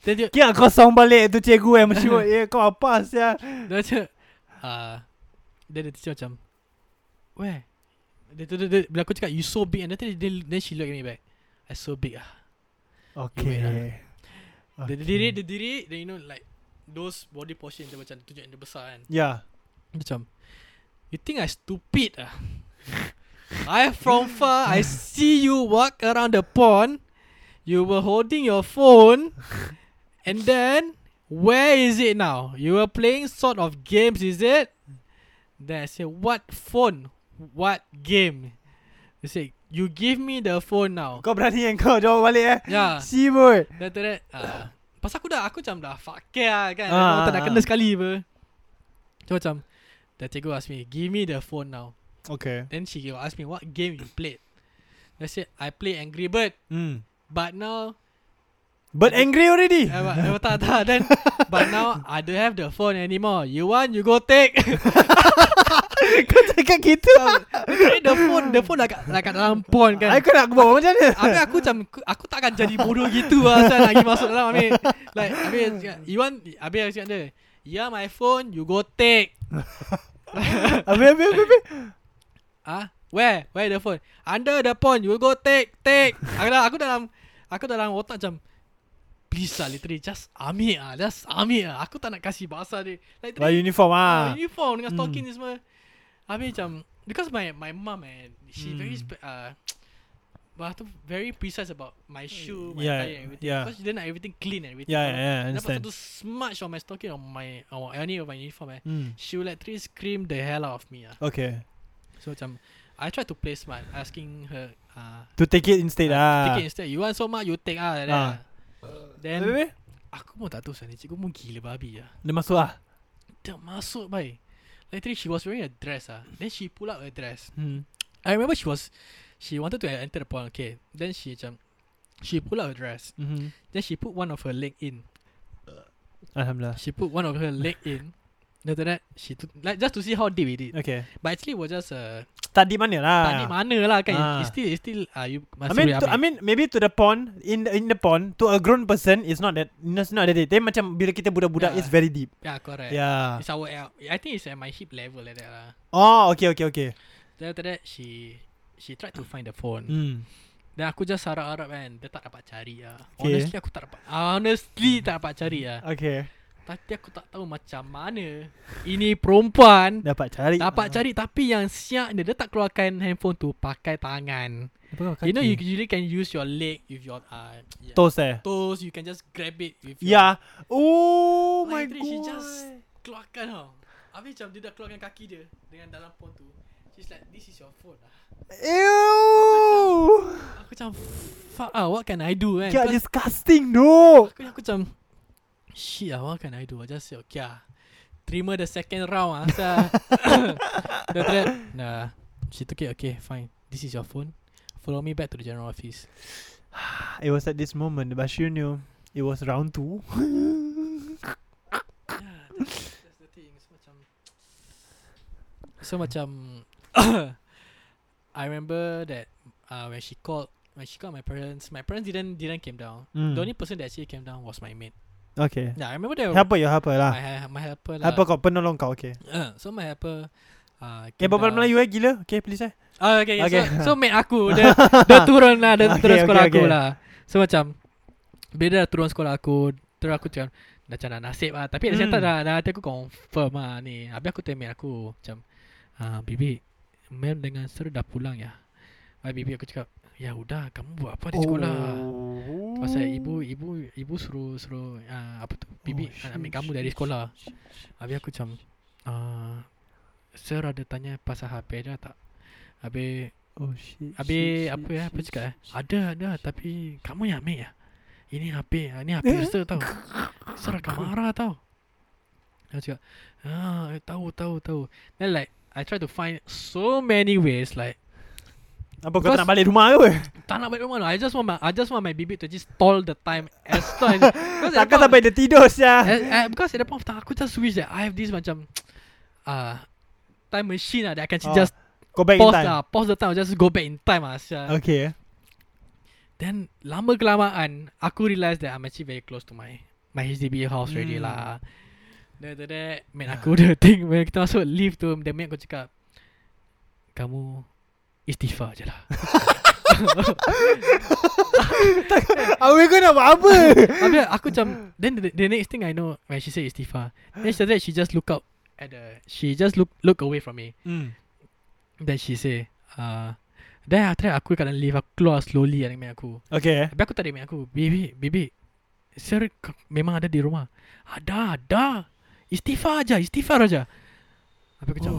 Speaker 5: Then dia,
Speaker 3: Kira kau sound balik tu cikgu eh Macam <laughs> eh kau apa sia
Speaker 5: dia macam, <laughs> ah, then the teacher macam, where? Dia, dia, dia, dia, bila aku cakap, you so big, and then, dia, dia, then she look at me back. I so big ah.
Speaker 3: Okay
Speaker 5: Dia, dia diri, dia diri, then you know like, those body portion dia macam tunjuk yang dia besar kan.
Speaker 3: Ya
Speaker 5: Macam You think I stupid ah? <laughs> I from far I see you walk around the pond You were holding your phone And then Where is it now? You were playing sort of games is it? Then I say what phone? What game? They say You give me the phone now
Speaker 3: Kau berani yang kau jawab balik eh
Speaker 5: Ya
Speaker 3: Sibut
Speaker 5: Then after that uh, Pasal aku dah Aku macam dah Fuck care lah kan
Speaker 3: Ah,
Speaker 5: Aku tak dah
Speaker 3: ah,
Speaker 5: kena
Speaker 3: ah.
Speaker 5: sekali apa So macam The cikgu ask me Give me the phone now
Speaker 3: Okay
Speaker 5: Then she will ask me What game you played I said I play Angry Bird
Speaker 3: Hmm
Speaker 5: But now
Speaker 3: But angry already <laughs>
Speaker 5: eh, but, eh, tak, tak, <laughs> Then But now I don't have the phone anymore You want you go take
Speaker 3: Kau cakap gitu
Speaker 5: Kira the phone The phone dah kat, dah kat dalam pond kan
Speaker 3: Aku nak buat macam <laughs> mana
Speaker 5: Habis aku macam aku- Aku takkan jadi bodoh gitu lah Saya lagi masuk dalam Habis Like Habis dia cakap, You want Habis aku cakap dia Yeah my phone You go take
Speaker 3: Habis habis habis habis.
Speaker 5: Ah, Where Where the phone Under the phone You go take Take Aku dalam Aku dalam, aku dalam otak macam Please lah literally Just ambil lah Just ambil lah Aku tak nak kasih bahasa dia Like
Speaker 3: Lah uniform ah.
Speaker 5: Ah, uniform dengan stocking ni semua. Habis macam because my my mum and she
Speaker 3: Hmm.
Speaker 5: very spe- uh, Bah tu very precise about my shoe,
Speaker 3: Hmm.
Speaker 5: my
Speaker 3: Yeah,
Speaker 5: tie and everything.
Speaker 3: yeah.
Speaker 5: Because she didn't everything clean and everything.
Speaker 3: Yeah, yeah, yeah, I
Speaker 5: Dapat
Speaker 3: Ya, understand.
Speaker 5: satu smudge on my stocking on my on any of my uniform eh.
Speaker 3: Hmm.
Speaker 5: She would like three scream the hell out of me ah.
Speaker 3: Okay.
Speaker 5: So macam I tried to play smart asking her uh,
Speaker 3: To take it instead ah.
Speaker 5: take it instead. You want so much, you take ah. like that
Speaker 3: Ah.
Speaker 5: ah. Then
Speaker 3: Habis, habis?
Speaker 5: aku pun tak tahu sana cikgu pun gila babi ah.
Speaker 3: Dia masuk ah.
Speaker 5: Dia masuk baik. Literally she was wearing a dress ah. Then she pull out a dress.
Speaker 3: Hmm.
Speaker 5: I remember she was she wanted to enter the pond, okay. Then she macam she pull out her dress.
Speaker 3: Mhm.
Speaker 5: Then she put one of her leg in.
Speaker 3: Alhamdulillah.
Speaker 5: She put one of her leg in. Then after that she took, like just to see how deep it is.
Speaker 3: Okay.
Speaker 5: But actually it was just uh,
Speaker 3: Tadi mana lah?
Speaker 5: tak deep mana lah kan.
Speaker 3: Ah.
Speaker 5: It's still it's still uh, you
Speaker 3: I
Speaker 5: masih
Speaker 3: mean,
Speaker 5: boleh
Speaker 3: to, I
Speaker 5: ambil.
Speaker 3: mean, maybe to the pond in the, in the pond to a grown person it's not that it's not that deep. Tapi macam bila kita budak-budak,
Speaker 5: Yeah.
Speaker 3: it's very deep.
Speaker 5: yeah correct.
Speaker 3: Yeah.
Speaker 5: It's our I think it's at my hip level like that lah.
Speaker 3: Oh, okay, okay, okay.
Speaker 5: Then after that she she tried to find the phone.
Speaker 3: Hmm.
Speaker 5: Dan aku just harap-harap kan Dia tak dapat cari lah
Speaker 3: Okay.
Speaker 5: okay. Honestly aku tak dapat ah, Honestly tak dapat cari lah
Speaker 3: Okay.
Speaker 5: Tapi aku tak tahu macam mana Ini perempuan
Speaker 3: Dapat cari.
Speaker 5: Dapat cari Tapi yang siap dia Dia tak keluarkan handphone tu Pakai tangan
Speaker 3: Dapat
Speaker 5: You know you usually can use your leg With your uh, yeah.
Speaker 3: toes eh.
Speaker 5: Toes You can just grab it with your-
Speaker 3: Yeah. Oh
Speaker 5: Ah,
Speaker 3: my
Speaker 5: literally She
Speaker 3: god.
Speaker 5: just keluarkan tau Habis macam dia dah keluarkan kaki dia Dengan dalam phone tu She's like This is your phone lah
Speaker 3: Ew.
Speaker 5: Aku macam Fuck ah What can I do kan
Speaker 3: Yeah,
Speaker 5: Because-
Speaker 3: disgusting though.
Speaker 5: Aku aku macam Shit lah What can I do I just say okay lah Terima the second round lah Asal <laughs> Then after that Nah She took it Okay fine This is your phone Follow me back to the general office
Speaker 3: It was at this moment Bashir knew it was round two. <laughs> Hmm.
Speaker 5: Yeah that's, that's the thing So macam So macam <coughs> I remember that uh, When she called When she called my parents My parents didn't Didn't came down
Speaker 3: Mm.
Speaker 5: The only person that actually came down Was my maid
Speaker 3: Okay.
Speaker 5: Yeah I remember that
Speaker 3: Helper you helper lah.
Speaker 5: my, hel- my helper Oh. lah
Speaker 3: Helper kau penolong kau okay.
Speaker 5: Uh, so my helper uh,
Speaker 3: Eh
Speaker 5: came
Speaker 3: berbual
Speaker 5: down.
Speaker 3: Melayu eh gila. Okay please eh.
Speaker 5: Ah, okay,
Speaker 3: Okay.
Speaker 5: okay. So, so mate aku Dia,
Speaker 3: <laughs>
Speaker 5: dia turun lah Dia
Speaker 3: Okay,
Speaker 5: turun
Speaker 3: okay,
Speaker 5: sekolah aku
Speaker 3: okay.
Speaker 5: lah So macam Bila dia dah turun sekolah aku Terus aku macam Dah macam dah nasib lah Tapi
Speaker 3: Hmm.
Speaker 5: hmm. dah, dah hati aku confirm lah ni Habis aku tell mate aku Macam ah, Bibi Mel dengan Sir dah pulang ya Ah, Bibi aku cakap Ya udah kamu buat apa di sekolah
Speaker 3: Oh.
Speaker 5: Pasal ibu ibu ibu suruh suruh uh, apa tu bibi
Speaker 3: Oh,
Speaker 5: oh, ambil
Speaker 3: shit,
Speaker 5: kamu dari sekolah. Habis aku macam uh, Sir ada tanya pasal HP ada tak? Habis
Speaker 3: Oh shit.
Speaker 5: habis apa ya apa cakap eh? Ada ada tapi kamu yang ambil ya. Ini HP, ah, ini HP Sir tahu. Sir akan marah tahu. Dia cakap, ah, eh, tahu tahu tahu. Then like I try to find so many ways like
Speaker 3: Apa kau tak
Speaker 5: Because-
Speaker 3: nak balik rumah ke?
Speaker 5: tak nak balik rumah lah. I just want my I just want my baby to just stall the time as
Speaker 3: <laughs>
Speaker 5: long as
Speaker 3: Takkan
Speaker 5: Because at the point-
Speaker 3: sampai dia tidur sia.
Speaker 5: I, I, eh, because at the point of time aku just wish that I have this macam uh, time machine lah that I can
Speaker 3: Oh,
Speaker 5: oh, just
Speaker 3: Go back in
Speaker 5: pause
Speaker 3: time.
Speaker 5: lah, pause the time, just go back in time lah. sia.
Speaker 3: Okay.
Speaker 5: Then lama kelamaan aku realise that I'm actually very close to my my HDB house already
Speaker 3: Hmm.
Speaker 5: lah. Then after that, man aku <laughs> the thing when kita masuk lift tu, the man aku cakap, kamu istighfar je lah.
Speaker 3: Awak kau nak buat apa?
Speaker 5: Habis aku macam Then the, the next thing I know When she said istighfar Then after that she just look out At the She just look look away from me
Speaker 3: Hmm.
Speaker 5: Then she say uh, Then after that aku kat dalam lift Aku keluar slowly lah Dengan mak aku
Speaker 3: Okay.
Speaker 5: Habis aku tadi mak aku Baby Baby Sir k- memang ada di rumah Ada Ada Istighfar aja Istighfar aja Habis aku macam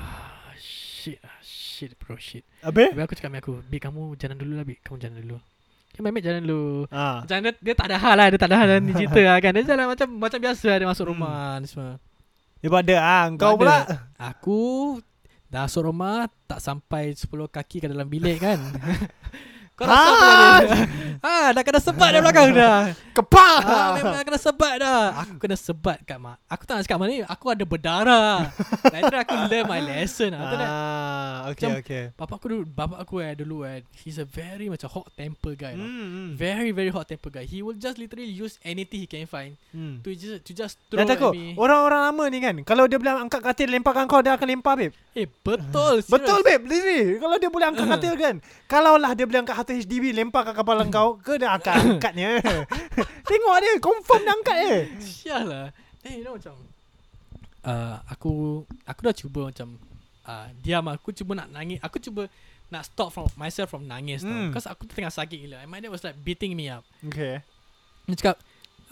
Speaker 5: ah, Shit ah, Shit bro shit
Speaker 3: Habis?
Speaker 5: Habis aku cakap dengan mak aku Bi kamu jalan dulu lah Bi Kamu jalan dulu Okay Mehmet jalan dulu
Speaker 3: Ah.
Speaker 5: macam dia, dia tak ada hal lah Dia tak ada hal dalam ni cerita lah kan Dia jalan macam macam biasa lah, Dia masuk rumah ni semua
Speaker 3: Dia buat ada ah. Kau
Speaker 5: Ada.
Speaker 3: pula.
Speaker 5: Aku
Speaker 3: <laughs>
Speaker 5: Dah masuk rumah Tak sampai 10 kaki ke dalam bilik kan Kau rasa
Speaker 3: Ah!
Speaker 5: apa dia? Ah, dah kena sebat dah belakang
Speaker 3: <laughs>
Speaker 5: dah.
Speaker 3: Kepah
Speaker 5: Ah, memang dah kena sebat dah. Aku kena sebat kat mak. Aku tak nak cakap mana ni. Aku ada
Speaker 3: <laughs>
Speaker 5: berdarah. Later aku learn my lesson. After that,
Speaker 3: Ah, okay,
Speaker 5: Macam-
Speaker 3: okay.
Speaker 5: bapak aku dulu, bapak aku eh dulu eh, he's a very macam hot temper guy. Mm.
Speaker 3: Hmm,
Speaker 5: Very very hot temper guy. He will just literally use anything he can find
Speaker 3: hmm.
Speaker 5: to just to just throw
Speaker 3: Dah
Speaker 5: at
Speaker 3: takut Oh.
Speaker 5: me.
Speaker 3: Orang-orang lama ni kan Kalau dia boleh angkat katil Lemparkan kau Dia akan lempar babe
Speaker 5: Eh betul. serious.
Speaker 3: Betul babe Literally Kalau dia boleh <laughs> angkat katil kan Kalaulah dia boleh angkat katil HDB Lempar ke kepala kau Ke dia <coughs> akan angkatnya <laughs> Tengok dia Confirm dia angkat je
Speaker 5: Sial lah Then you know macam uh, Aku Aku dah cuba macam uh, Diam lah. Aku cuba nak nangis Aku cuba Nak stop from myself from nangis
Speaker 3: Hmm.
Speaker 5: mm. Because aku tu tengah sakit gila And my dad was like Beating me up
Speaker 3: Okay
Speaker 5: Dia cakap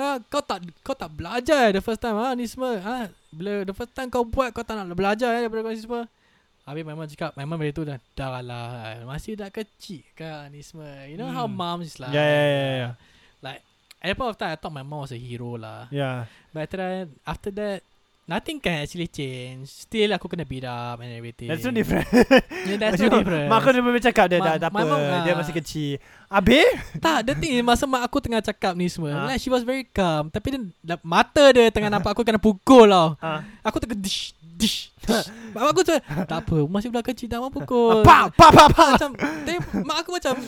Speaker 5: ah, Kau tak Kau tak belajar eh The first time ah, Ni semua ah, Bila the first time kau buat Kau tak nak belajar eh Daripada kau ni semua Habis my mom cakap My mom dari tu dah Dah lah Masih dah kecil kan Ni semua You know how
Speaker 3: Hmm.
Speaker 5: moms is like
Speaker 3: Ya, ya, ya, ya.
Speaker 5: Like At the point of time I thought my mom was a hero lah
Speaker 3: Yeah
Speaker 5: But then after that Nothing can actually change Still aku kena beat up and everything
Speaker 3: That's <laughs> no different
Speaker 5: yeah,
Speaker 3: <laughs>
Speaker 5: That's no different
Speaker 3: Mak kau dia boleh cakap Dia
Speaker 5: Ma-
Speaker 3: dah tak
Speaker 5: my
Speaker 3: apa
Speaker 5: mom lah.
Speaker 3: Dia masih kecil Habis
Speaker 5: <laughs> Tak the thing is Masa mak aku tengah cakap ni semua
Speaker 3: Ah.
Speaker 5: Like she was very calm Tapi dia la- Mata dia tengah nampak aku kena pukul tau
Speaker 3: Ah.
Speaker 5: Aku tengah dish
Speaker 3: <laughs>
Speaker 5: Dish dish. Mak aku tu Tak apa Masih belah kecil Tak mau pukul
Speaker 3: Pa pa pa pa
Speaker 5: macam tapi mak aku macam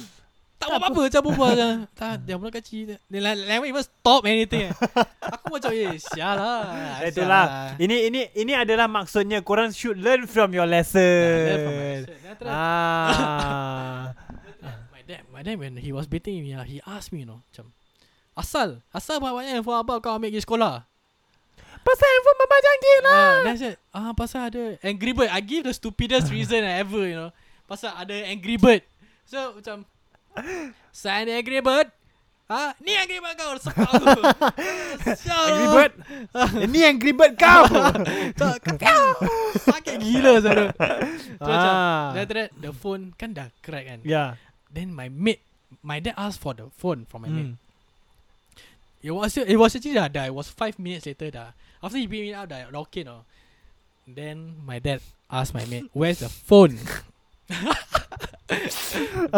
Speaker 5: tak buat apa-apa macam berbual
Speaker 3: <laughs>
Speaker 5: macam tak dia mula kecil dia la- never even stop anything aku macam eh sial lah sial lah."
Speaker 3: Itulah <laughs> Ini ini ini adalah maksudnya Korang should learn from your lesson
Speaker 5: lah
Speaker 3: <laughs> Ah
Speaker 5: my dad my dad when he was beating me ah, he asked me you know macam asal asal banyak-banyak handphone abang kau ambil pergi sekolah
Speaker 3: Pasal handphone bapak canggih lah
Speaker 5: ah then I said ah pasal ada angry bird I give the
Speaker 3: <laughs>
Speaker 5: stupidest reason I ever you know pasal ada angry bird so macam saya ni angry bird Ah, ni angry bird kau sepak
Speaker 3: <laughs>
Speaker 5: aku. Sial
Speaker 3: Angry
Speaker 5: lah.
Speaker 3: Bird <laughs> Ini Angry Bird kau
Speaker 5: <laughs> Tak, kepiau. Sakit gila sana. Tu macam,
Speaker 3: Ah.
Speaker 5: then after that, the phone kan dah crack kan.
Speaker 3: <laughs> Ya
Speaker 5: Then my mate, my dad asked for the phone from my mate.
Speaker 3: Hmm.
Speaker 5: It was, it was actually dah, dah, it was five minutes later dah. After he beat me up, dah rocket oh. Then my dad asked my mate, where's the phone?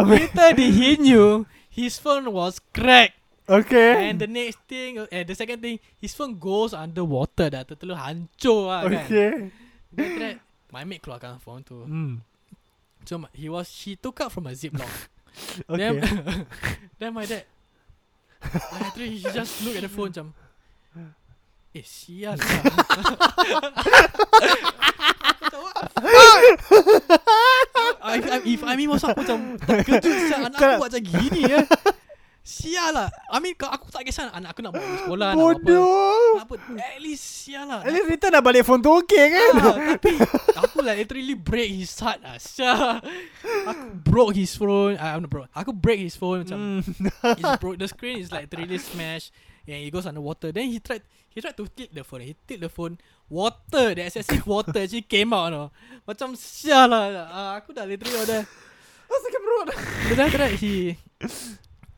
Speaker 5: later did he knew, his phone was cracked.
Speaker 3: Okay
Speaker 5: And the next thing, uh, the second thing, his phone goes underwater dah. Terlalu hancur lah kan.
Speaker 3: Okay
Speaker 5: Then after that, my mate keluarkan phone tu.
Speaker 3: Hmm.
Speaker 5: So my- he was she took out from a ziplock.
Speaker 3: Okay
Speaker 5: Then,
Speaker 3: <laughs>
Speaker 5: then my dad, like, literally he just look at the phone macam, eh sial lah. Aku macam, what the fuck? I, I, if I mean masa aku macam terkejut sial anak aku
Speaker 3: Kau-
Speaker 5: buat macam gini ya. Sial lah. I mean kau- aku tak kisah anak aku nak buat sekolah nak buat apa.
Speaker 3: Bodoh
Speaker 5: Nak apa. At least sial lah.
Speaker 3: At least Rita dah balik phone tu okay kan
Speaker 5: Ah, tapi aku like literally break his heart lah. Syah. Aku broke his phone. I, I'm not broke. Aku break his phone macam
Speaker 3: Hmm.
Speaker 5: it's broke. The screen is like literally smashed. And it goes underwater. Then he tried he tried to tilt the phone. He tilt the phone. Water, the excessive water actually came out. No? Macam syah lah. Ah, aku dah literally order.
Speaker 3: Oh sakit perut
Speaker 5: Then after that he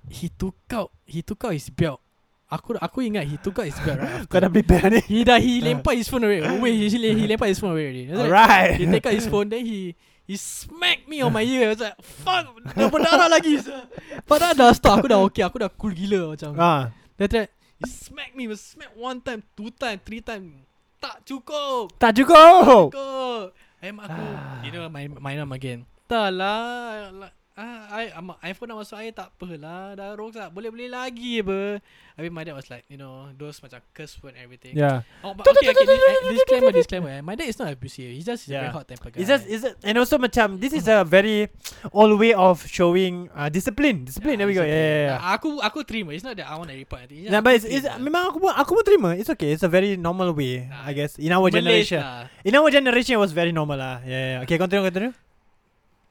Speaker 5: he took out he took out his belt. Aku aku ingat he took out his belt right.
Speaker 3: Kau dah prepare ni
Speaker 5: He dah he lempar his phone away. Wait, he he, he lempar his phone away already. That's like,
Speaker 3: Alright
Speaker 5: He take out his phone Then he He smacked me on my ear I was like Fuck Dah berdarah lagi sir. Padahal dah stop Aku dah okay Aku dah cool gila macam
Speaker 3: Ah,
Speaker 5: Then after that He smacked me he Smack one time Two time Three time Tak cukup
Speaker 3: Tak cukup
Speaker 5: Cukup Ayam aku
Speaker 3: Ah.
Speaker 5: You know main, main up again Tak lah la- Ah, I, um, iPhone nak masuk air tak apalah Dah rosak Boleh-boleh lagi apa Habis my dad was like You know Those macam curse word and everything
Speaker 3: Yeah
Speaker 5: Oh, but okay, okay, dis- disclaimer, disclaimer. eh. My dad is not abusive. He's just a very
Speaker 3: Yeah.
Speaker 5: hot tempered guy.
Speaker 3: It's just, it's just, and also macam this is a very old way of showing uh, discipline, discipline. there we go. Yeah, yeah, yeah.
Speaker 5: Ah, Aku aku terima. It's not that I want to report. anything. It's
Speaker 3: Nah,
Speaker 5: just
Speaker 3: but
Speaker 5: aku
Speaker 3: it's, it's
Speaker 5: terima.
Speaker 3: memang aku pun aku pun terima. It's okay. It's a very normal way, I
Speaker 5: Ah,
Speaker 3: guess. In our
Speaker 5: Malays
Speaker 3: generation,
Speaker 5: lah.
Speaker 3: in our generation, it was very normal lah. Yeah, yeah. Okay, continue, continue.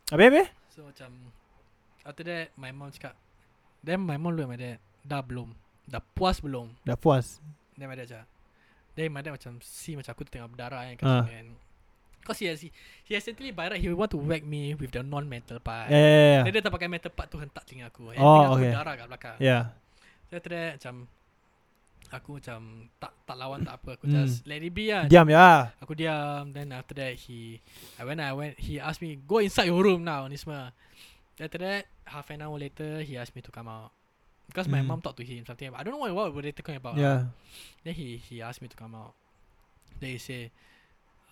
Speaker 3: Abi, abi.
Speaker 5: So macam after that my mom cakap. Then my mom look at my dad. Dah belum. Dah puas belum?
Speaker 3: Dah puas.
Speaker 5: Then my dad cakap. Then my dad macam see macam aku tengah berdarah kan kat
Speaker 3: Ah.
Speaker 5: sini kan. Cause he has, he, he has actually by right he want to whack me with the non-metal part.
Speaker 3: Yeah, yeah, yeah.
Speaker 5: Then dia tak pakai metal part tu hentak telinga aku.
Speaker 3: Oh,
Speaker 5: And telinga aku
Speaker 3: okay.
Speaker 5: berdarah kat belakang.
Speaker 3: Yeah.
Speaker 5: Then after that macam Aku macam Tak tak lawan tak apa Aku
Speaker 3: Hmm.
Speaker 5: just let it be lah
Speaker 3: Diam ya.
Speaker 5: Aku diam Then after that he I went I went He asked me Go inside your room now Ni semua After that, half an hour later, he asked me to come out. Because my
Speaker 3: Mm.
Speaker 5: mom talked to him something about, I don't know what, what were they talking about. lah.
Speaker 3: Yeah.
Speaker 5: Then he he asked me to come out. Then he say,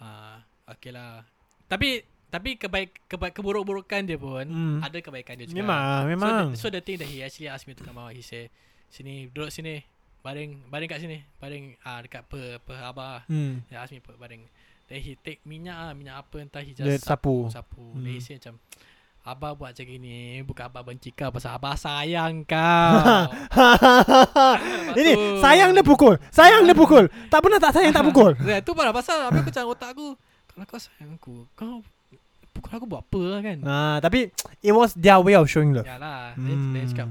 Speaker 5: ah, okay lah. Tapi tapi kebaik kebaik keburuk-burukan dia pun
Speaker 3: Mm.
Speaker 5: ada kebaikan dia juga.
Speaker 3: Memang, memang.
Speaker 5: So the, so the thing that he actually asked me to come out, he say, sini duduk sini, baring baring kat sini, baring ah dekat per per abah.
Speaker 3: Hmm.
Speaker 5: He asked me put baring. Then he take minyak ah, minyak apa entah he just
Speaker 3: Dia sapu.
Speaker 5: sapu.
Speaker 3: Hmm.
Speaker 5: Then he say macam Abah buat macam gini Bukan Abah benci kau Pasal
Speaker 3: <laughs>
Speaker 5: Abah sayang kau
Speaker 3: Ini
Speaker 5: tu-
Speaker 3: sayang dia pukul. Sayang dia pukul. Tak pernah tak sayang
Speaker 5: <laughs>
Speaker 3: tak pukul.
Speaker 5: Ya, tu pun lah pasal Habis aku cakap otak aku Kalau kau sayang aku Kau Pukul aku buat apa lah
Speaker 3: <laughs>
Speaker 5: kan
Speaker 3: Ah, tapi it was their way of showing love.
Speaker 5: Yalah Then, hmm. then cakap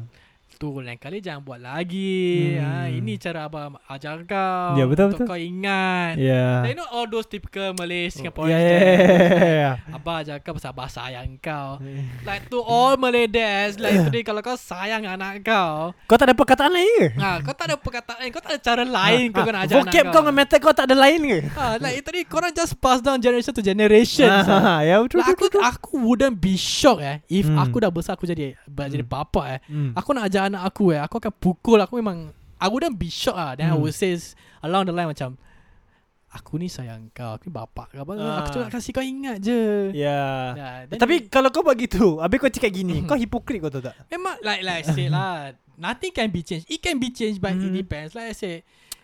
Speaker 5: Tu lain kali jangan buat lagi hmm. ha,
Speaker 3: Hmm.
Speaker 5: Ini cara abang ajar kau
Speaker 3: Ya, betul, Ya. betul.
Speaker 5: Untuk kau ingat
Speaker 3: Yeah.
Speaker 5: You know all those typical Malay
Speaker 3: Yeah,
Speaker 5: Singaporean
Speaker 3: yeah, yeah, yeah.
Speaker 5: Abah ajar kau pasal abah sayang
Speaker 3: <laughs>
Speaker 5: kau Like to all Malay dads Like today kalau kau sayang anak kau
Speaker 3: Kau tak ada perkataan lain ke? <laughs> Ah,
Speaker 5: ha, Kau tak ada perkataan Kau tak ada cara lain kau kena ajar
Speaker 3: Ha,
Speaker 5: anak
Speaker 3: Vocab kau dengan method kau tak ada lain ke?
Speaker 5: Ah, like itu ni korang just pass down generation to generation.
Speaker 3: Ah, Ya betul
Speaker 5: Like,
Speaker 3: betul.
Speaker 5: Lah, aku aku wouldn't be shocked eh if
Speaker 3: Hmm.
Speaker 5: aku dah besar aku jadi ba- jadi bapa eh.
Speaker 3: Hmm.
Speaker 5: Aku nak ajar anak aku eh, aku akan pukul aku memang I wouldn't be shocked ah. Then I
Speaker 3: Hmm.
Speaker 5: would say s- along the line macam aku ni sayang kau, aku ni bapak kau. Abang,
Speaker 3: Ah.
Speaker 5: Aku cuma nak kasih kau ingat je.
Speaker 3: Ya.
Speaker 5: Nah, then
Speaker 3: Tapi kalau kau buat gitu, habis kau cakap
Speaker 5: Hmm.
Speaker 3: gini, kau hipokrit kau tahu tak?
Speaker 5: memang Eh, like like I said
Speaker 3: <laughs>
Speaker 5: lah, nothing can be changed. It can be changed but it
Speaker 3: Hmm.
Speaker 5: depends. Like I said,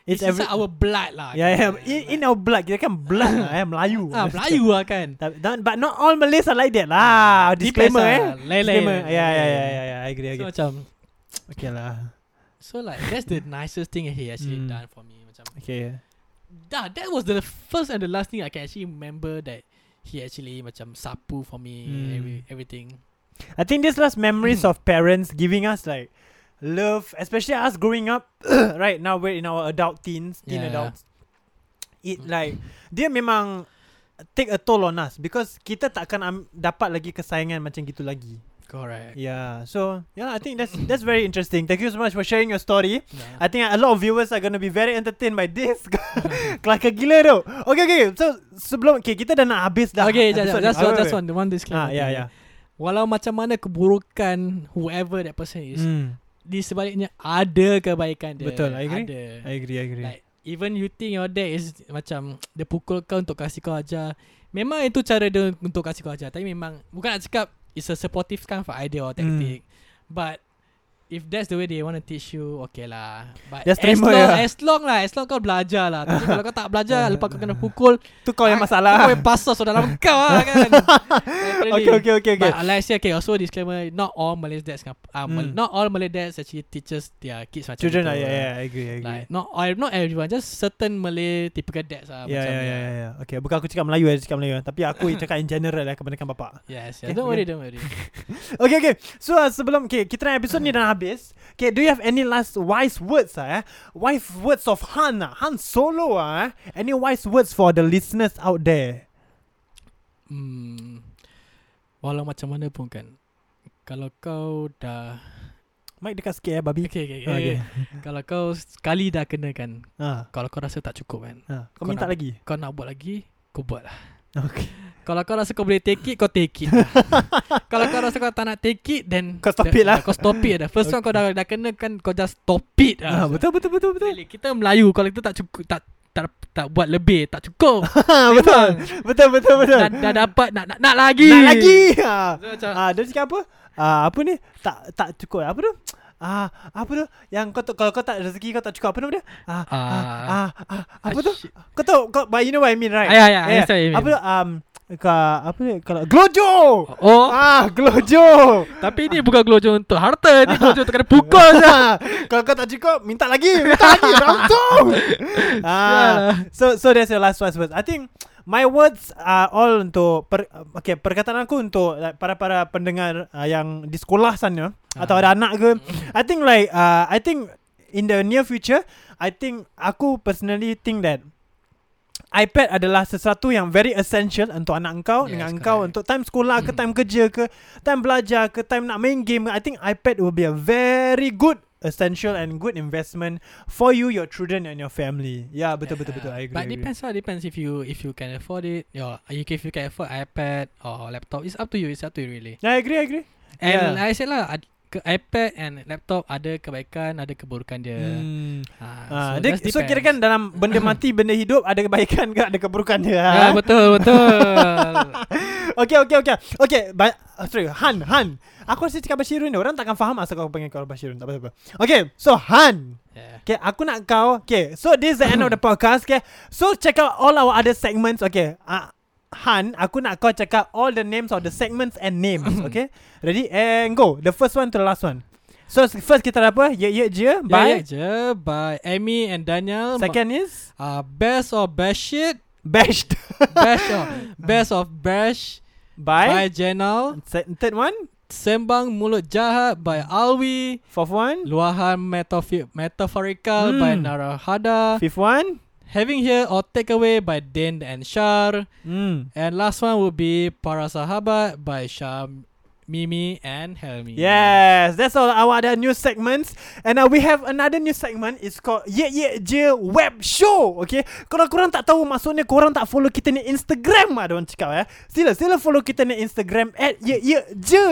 Speaker 3: It's
Speaker 5: it's,
Speaker 3: every
Speaker 5: inside our blood lah.
Speaker 3: Ya ya,
Speaker 5: kan.
Speaker 3: in, in our blood kita kan
Speaker 5: <coughs>
Speaker 3: blood lah, eh, Melayu.
Speaker 5: Ah, Melayu lah kan.
Speaker 3: Tapi- dan- But not all Malays are like that lah. Disclaimer eh.
Speaker 5: Depends lah. Lain-lain.
Speaker 3: Disclaimer. Ya ya ya ya ya, I agree I
Speaker 5: So
Speaker 3: agree.
Speaker 5: macam
Speaker 3: Okay lah.
Speaker 5: So like that's the nicest thing he actually
Speaker 3: Mm.
Speaker 5: done for me. Macam,
Speaker 3: Okay.
Speaker 5: dah, that was the first and the last thing I can actually remember that he actually macam sapu for me
Speaker 3: Mm.
Speaker 5: every, everything.
Speaker 3: I think this last memories of parents giving us like love, especially us growing up, <coughs> right now we're in our adult teens, teen
Speaker 5: Yeah.
Speaker 3: adults. It like dia memang take a toll on us because kita takkan am, dapat lagi kesayangan macam gitu lagi.
Speaker 5: Correct.
Speaker 3: Yeah. So yeah, I think that's that's very interesting. Thank you so much for sharing your story.
Speaker 5: Yeah.
Speaker 3: I think a lot of viewers are gonna be very entertained by this. <laughs> Kelakar gila tu. Okay, okay. So sebelum okay, kita dah nak habis dah.
Speaker 5: okay, just,
Speaker 3: episode ni.
Speaker 5: just, just, one,
Speaker 3: Wait,
Speaker 5: just
Speaker 3: wait,
Speaker 5: one, the
Speaker 3: wait.
Speaker 5: one
Speaker 3: Ah,
Speaker 5: disclaimer.
Speaker 3: yeah,
Speaker 5: thing.
Speaker 3: yeah.
Speaker 5: Walau macam mana keburukan whoever that person is,
Speaker 3: Mm,
Speaker 5: di sebaliknya ada kebaikan dia.
Speaker 3: Betul, I agree.
Speaker 5: Ada.
Speaker 3: I agree, I agree.
Speaker 5: Like even you think your dad is macam dia pukul kau untuk kasih kau ajar. Memang itu cara dia untuk kasih kau ajar. Tapi memang bukan nak cakap it's a supportive kind of idea or
Speaker 3: Hmm.
Speaker 5: tactic. But if that's the way they want to teach you, okay lah. But
Speaker 3: Just
Speaker 5: as
Speaker 3: terima ya.
Speaker 5: long,
Speaker 3: je.
Speaker 5: as long lah, as long kau belajar lah. Tapi kalau kau tak belajar, lepas kau kena pukul,
Speaker 3: tu <laughs> kau yang
Speaker 5: ah,
Speaker 3: masalah.
Speaker 5: Kau yang pasal saudara kau lah
Speaker 3: <laughs>
Speaker 5: kan. Definitely.
Speaker 3: Okay, okay, okay, okay.
Speaker 5: But like I say, okay, also disclaimer, not all Malay dads, kan- ah, Mal-
Speaker 3: Mm.
Speaker 5: not all Malay dads actually teaches their kids macam
Speaker 3: Children
Speaker 5: itu
Speaker 3: lah, yeah, yeah, I agree, I agree.
Speaker 5: Like not all, not everyone, just certain Malay typical dads lah.
Speaker 3: Ya ya
Speaker 5: macam
Speaker 3: ya
Speaker 5: yang-
Speaker 3: ya. Okay, bukan aku cakap Melayu, aku cakap Melayu. eh. Tapi aku cakap in general lah kebanyakan bapak.
Speaker 5: Yes, yes.
Speaker 3: Okay,
Speaker 5: Don't worry, don't
Speaker 3: <laughs>
Speaker 5: worry.
Speaker 3: Okay, okay. So uh, sebelum okay, kita nak episod ni dah habis. Okay, do you have any last wise words ah? Eh? Wise words of Han ah, Han Solo ah. eh? Any wise words for the listeners out there?
Speaker 5: Hmm. Walau macam mana pun kan, kalau kau dah
Speaker 3: Mike dekat sikit eh, babi.
Speaker 5: Okay, okay, okay.
Speaker 3: Ah, okay.
Speaker 5: Kalau kau sekali dah kena kan
Speaker 3: Ah,
Speaker 5: Kalau kau rasa tak cukup kan
Speaker 3: ah. Kau
Speaker 5: Kau
Speaker 3: minta
Speaker 5: nak- <laughs>
Speaker 3: lagi.
Speaker 5: Kau nak buat lagi Kau buat lah
Speaker 3: Okay.
Speaker 5: Kalau kau rasa kau boleh take it Kau take
Speaker 3: <laughs>
Speaker 5: it Kalau kau rasa kau tak nak take it Then
Speaker 3: Kau stop
Speaker 5: dah-
Speaker 3: it lah.
Speaker 5: dah- Kau stop it dah First one kau dah, dah kena kan Kau just stop it
Speaker 3: Ah,
Speaker 5: lah
Speaker 3: betul betul betul betul.
Speaker 5: Really, Kita Melayu Kalau kita tak cukup Tak tak, tak buat lebih Tak cukup
Speaker 3: Ah, <laughs> betul. Betul betul betul.
Speaker 5: dah, dah dapat nak, nak, nak lagi
Speaker 3: Nak lagi. Ah.
Speaker 5: So, macam,
Speaker 3: Ah, dia cakap apa? Ah, apa ni? Tak tak cukup. Apa tu? Ah, apa tu? Yang kau tu, kalau kau tak rezeki kau tak cukup apa nama dia? Ah, ah, ah,
Speaker 5: Ah.
Speaker 3: ah apa tu? Kau tahu kau but you know what I mean right? Eh,
Speaker 5: Ah, ya, ya, I understand what you mean.
Speaker 3: Apa tu? Um ka, apa dia? Kalau glojo.
Speaker 5: Oh
Speaker 3: Ah, glojo.
Speaker 5: Tapi ni bukan gelojo untuk harta Ni gelojo untuk kena
Speaker 3: <laughs>
Speaker 5: pukul <laughs> je
Speaker 3: Ah, kalau kau tak cukup minta lagi, minta lagi langsung. ah, so so that's your last words. words. I think my words are all untuk per, okay, perkataan aku untuk like, para-para pendengar uh, yang di sekolah sana atau ada anak ke. I think like uh, I think in the near future, I think aku personally think that iPad adalah sesuatu yang very essential untuk anak engkau yes,
Speaker 5: Yes,
Speaker 3: dengan
Speaker 5: correct.
Speaker 3: engkau untuk time sekolah
Speaker 5: <clears throat>
Speaker 3: ke time kerja ke time belajar ke time nak main game ke, I think iPad will be a very good essential and good investment for you your children and your family. Yeah, betul betul betul. I agree.
Speaker 5: But
Speaker 3: agree.
Speaker 5: depends lah, depends if you if you can afford it. Your if you can afford iPad or laptop, it's up to you. It's up to you really.
Speaker 3: Yeah, I agree, I agree.
Speaker 5: And yeah.
Speaker 3: Yeah.
Speaker 5: I said lah ad- ke iPad and laptop ada kebaikan, ada keburukan dia. Hmm.
Speaker 3: Hmm.
Speaker 5: Ha,
Speaker 3: Ah, so, dia,
Speaker 5: just
Speaker 3: so
Speaker 5: depends.
Speaker 3: kira kan dalam
Speaker 5: <laughs>
Speaker 3: benda mati benda hidup ada kebaikan ke ada keburukan dia. Ha?
Speaker 5: Ya, betul
Speaker 3: <laughs>
Speaker 5: betul.
Speaker 3: Okey okey okey. Okey, ba- ah, sorry Han Han. Aku rasa cakap Bashirun ni orang takkan faham asal kau panggil kau Bashirun tak apa-apa. Okey, so Han.
Speaker 5: yeah.
Speaker 3: Okay, aku nak kau. Okay, so this is the end <coughs> of the podcast. Okay, so check out all our other segments. Okay, uh, Han, aku nak kau check out all the names of the segments and names. <coughs> Okay, ready and go. The first one to the last one. So s- first kita ada apa? Ye ye je. Bye.
Speaker 5: Bye je by Amy and Daniel.
Speaker 3: Second is
Speaker 5: uh, best of best shit.
Speaker 3: bashed. <laughs>
Speaker 5: Best of best of bash by
Speaker 3: Bye.
Speaker 5: Jenal.
Speaker 3: Se- Third one.
Speaker 5: Sembang mulut jahat by Alwi.
Speaker 3: Fourth one.
Speaker 5: Luahan metafi- metaphorical
Speaker 3: Hmm.
Speaker 5: by Narahada.
Speaker 3: Fifth one.
Speaker 5: Having here or takeaway by Din and Shar.
Speaker 3: Mm.
Speaker 5: And last one would be Para Sahabat by Syam, Mimi and Helmi.
Speaker 3: Yes, that's all our other new segments. And uh, we have another new segment. It's called Ye Ye Je Web Show. Okay, kalau korang tak tahu maksudnya korang tak follow kita ni Instagram lah diorang cakap ya. Sila, sila follow kita ni Instagram at Ye Ye Je.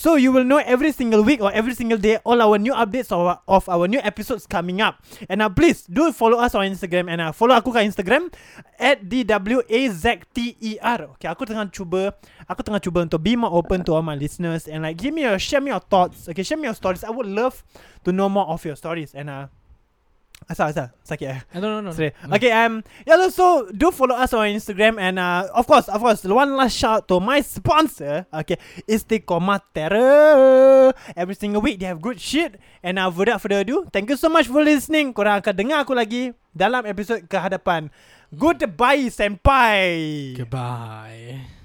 Speaker 3: So you will know every single week or every single day all our new updates of our, of our new episodes coming up. And uh, please do follow us on Instagram and uh, follow aku kat Instagram at DWAZTER. E Okay, aku tengah cuba aku tengah cuba untuk be more open to all my listeners and like give me a share me your thoughts. Okay, share me your stories. I would love to know more of your stories and uh Asal, asal. Sakit eh.
Speaker 5: Eh, No, no, no.
Speaker 3: Sorry. Okay, um, yeah, no, so do follow us on Instagram and uh, of course, of course, one last shout to my sponsor, okay, Istiqomah Terror. Every single week they have good shit and uh, without further ado, thank you so much for listening. Korang akan dengar aku lagi dalam episod kehadapan. Goodbye, Senpai.
Speaker 5: Goodbye.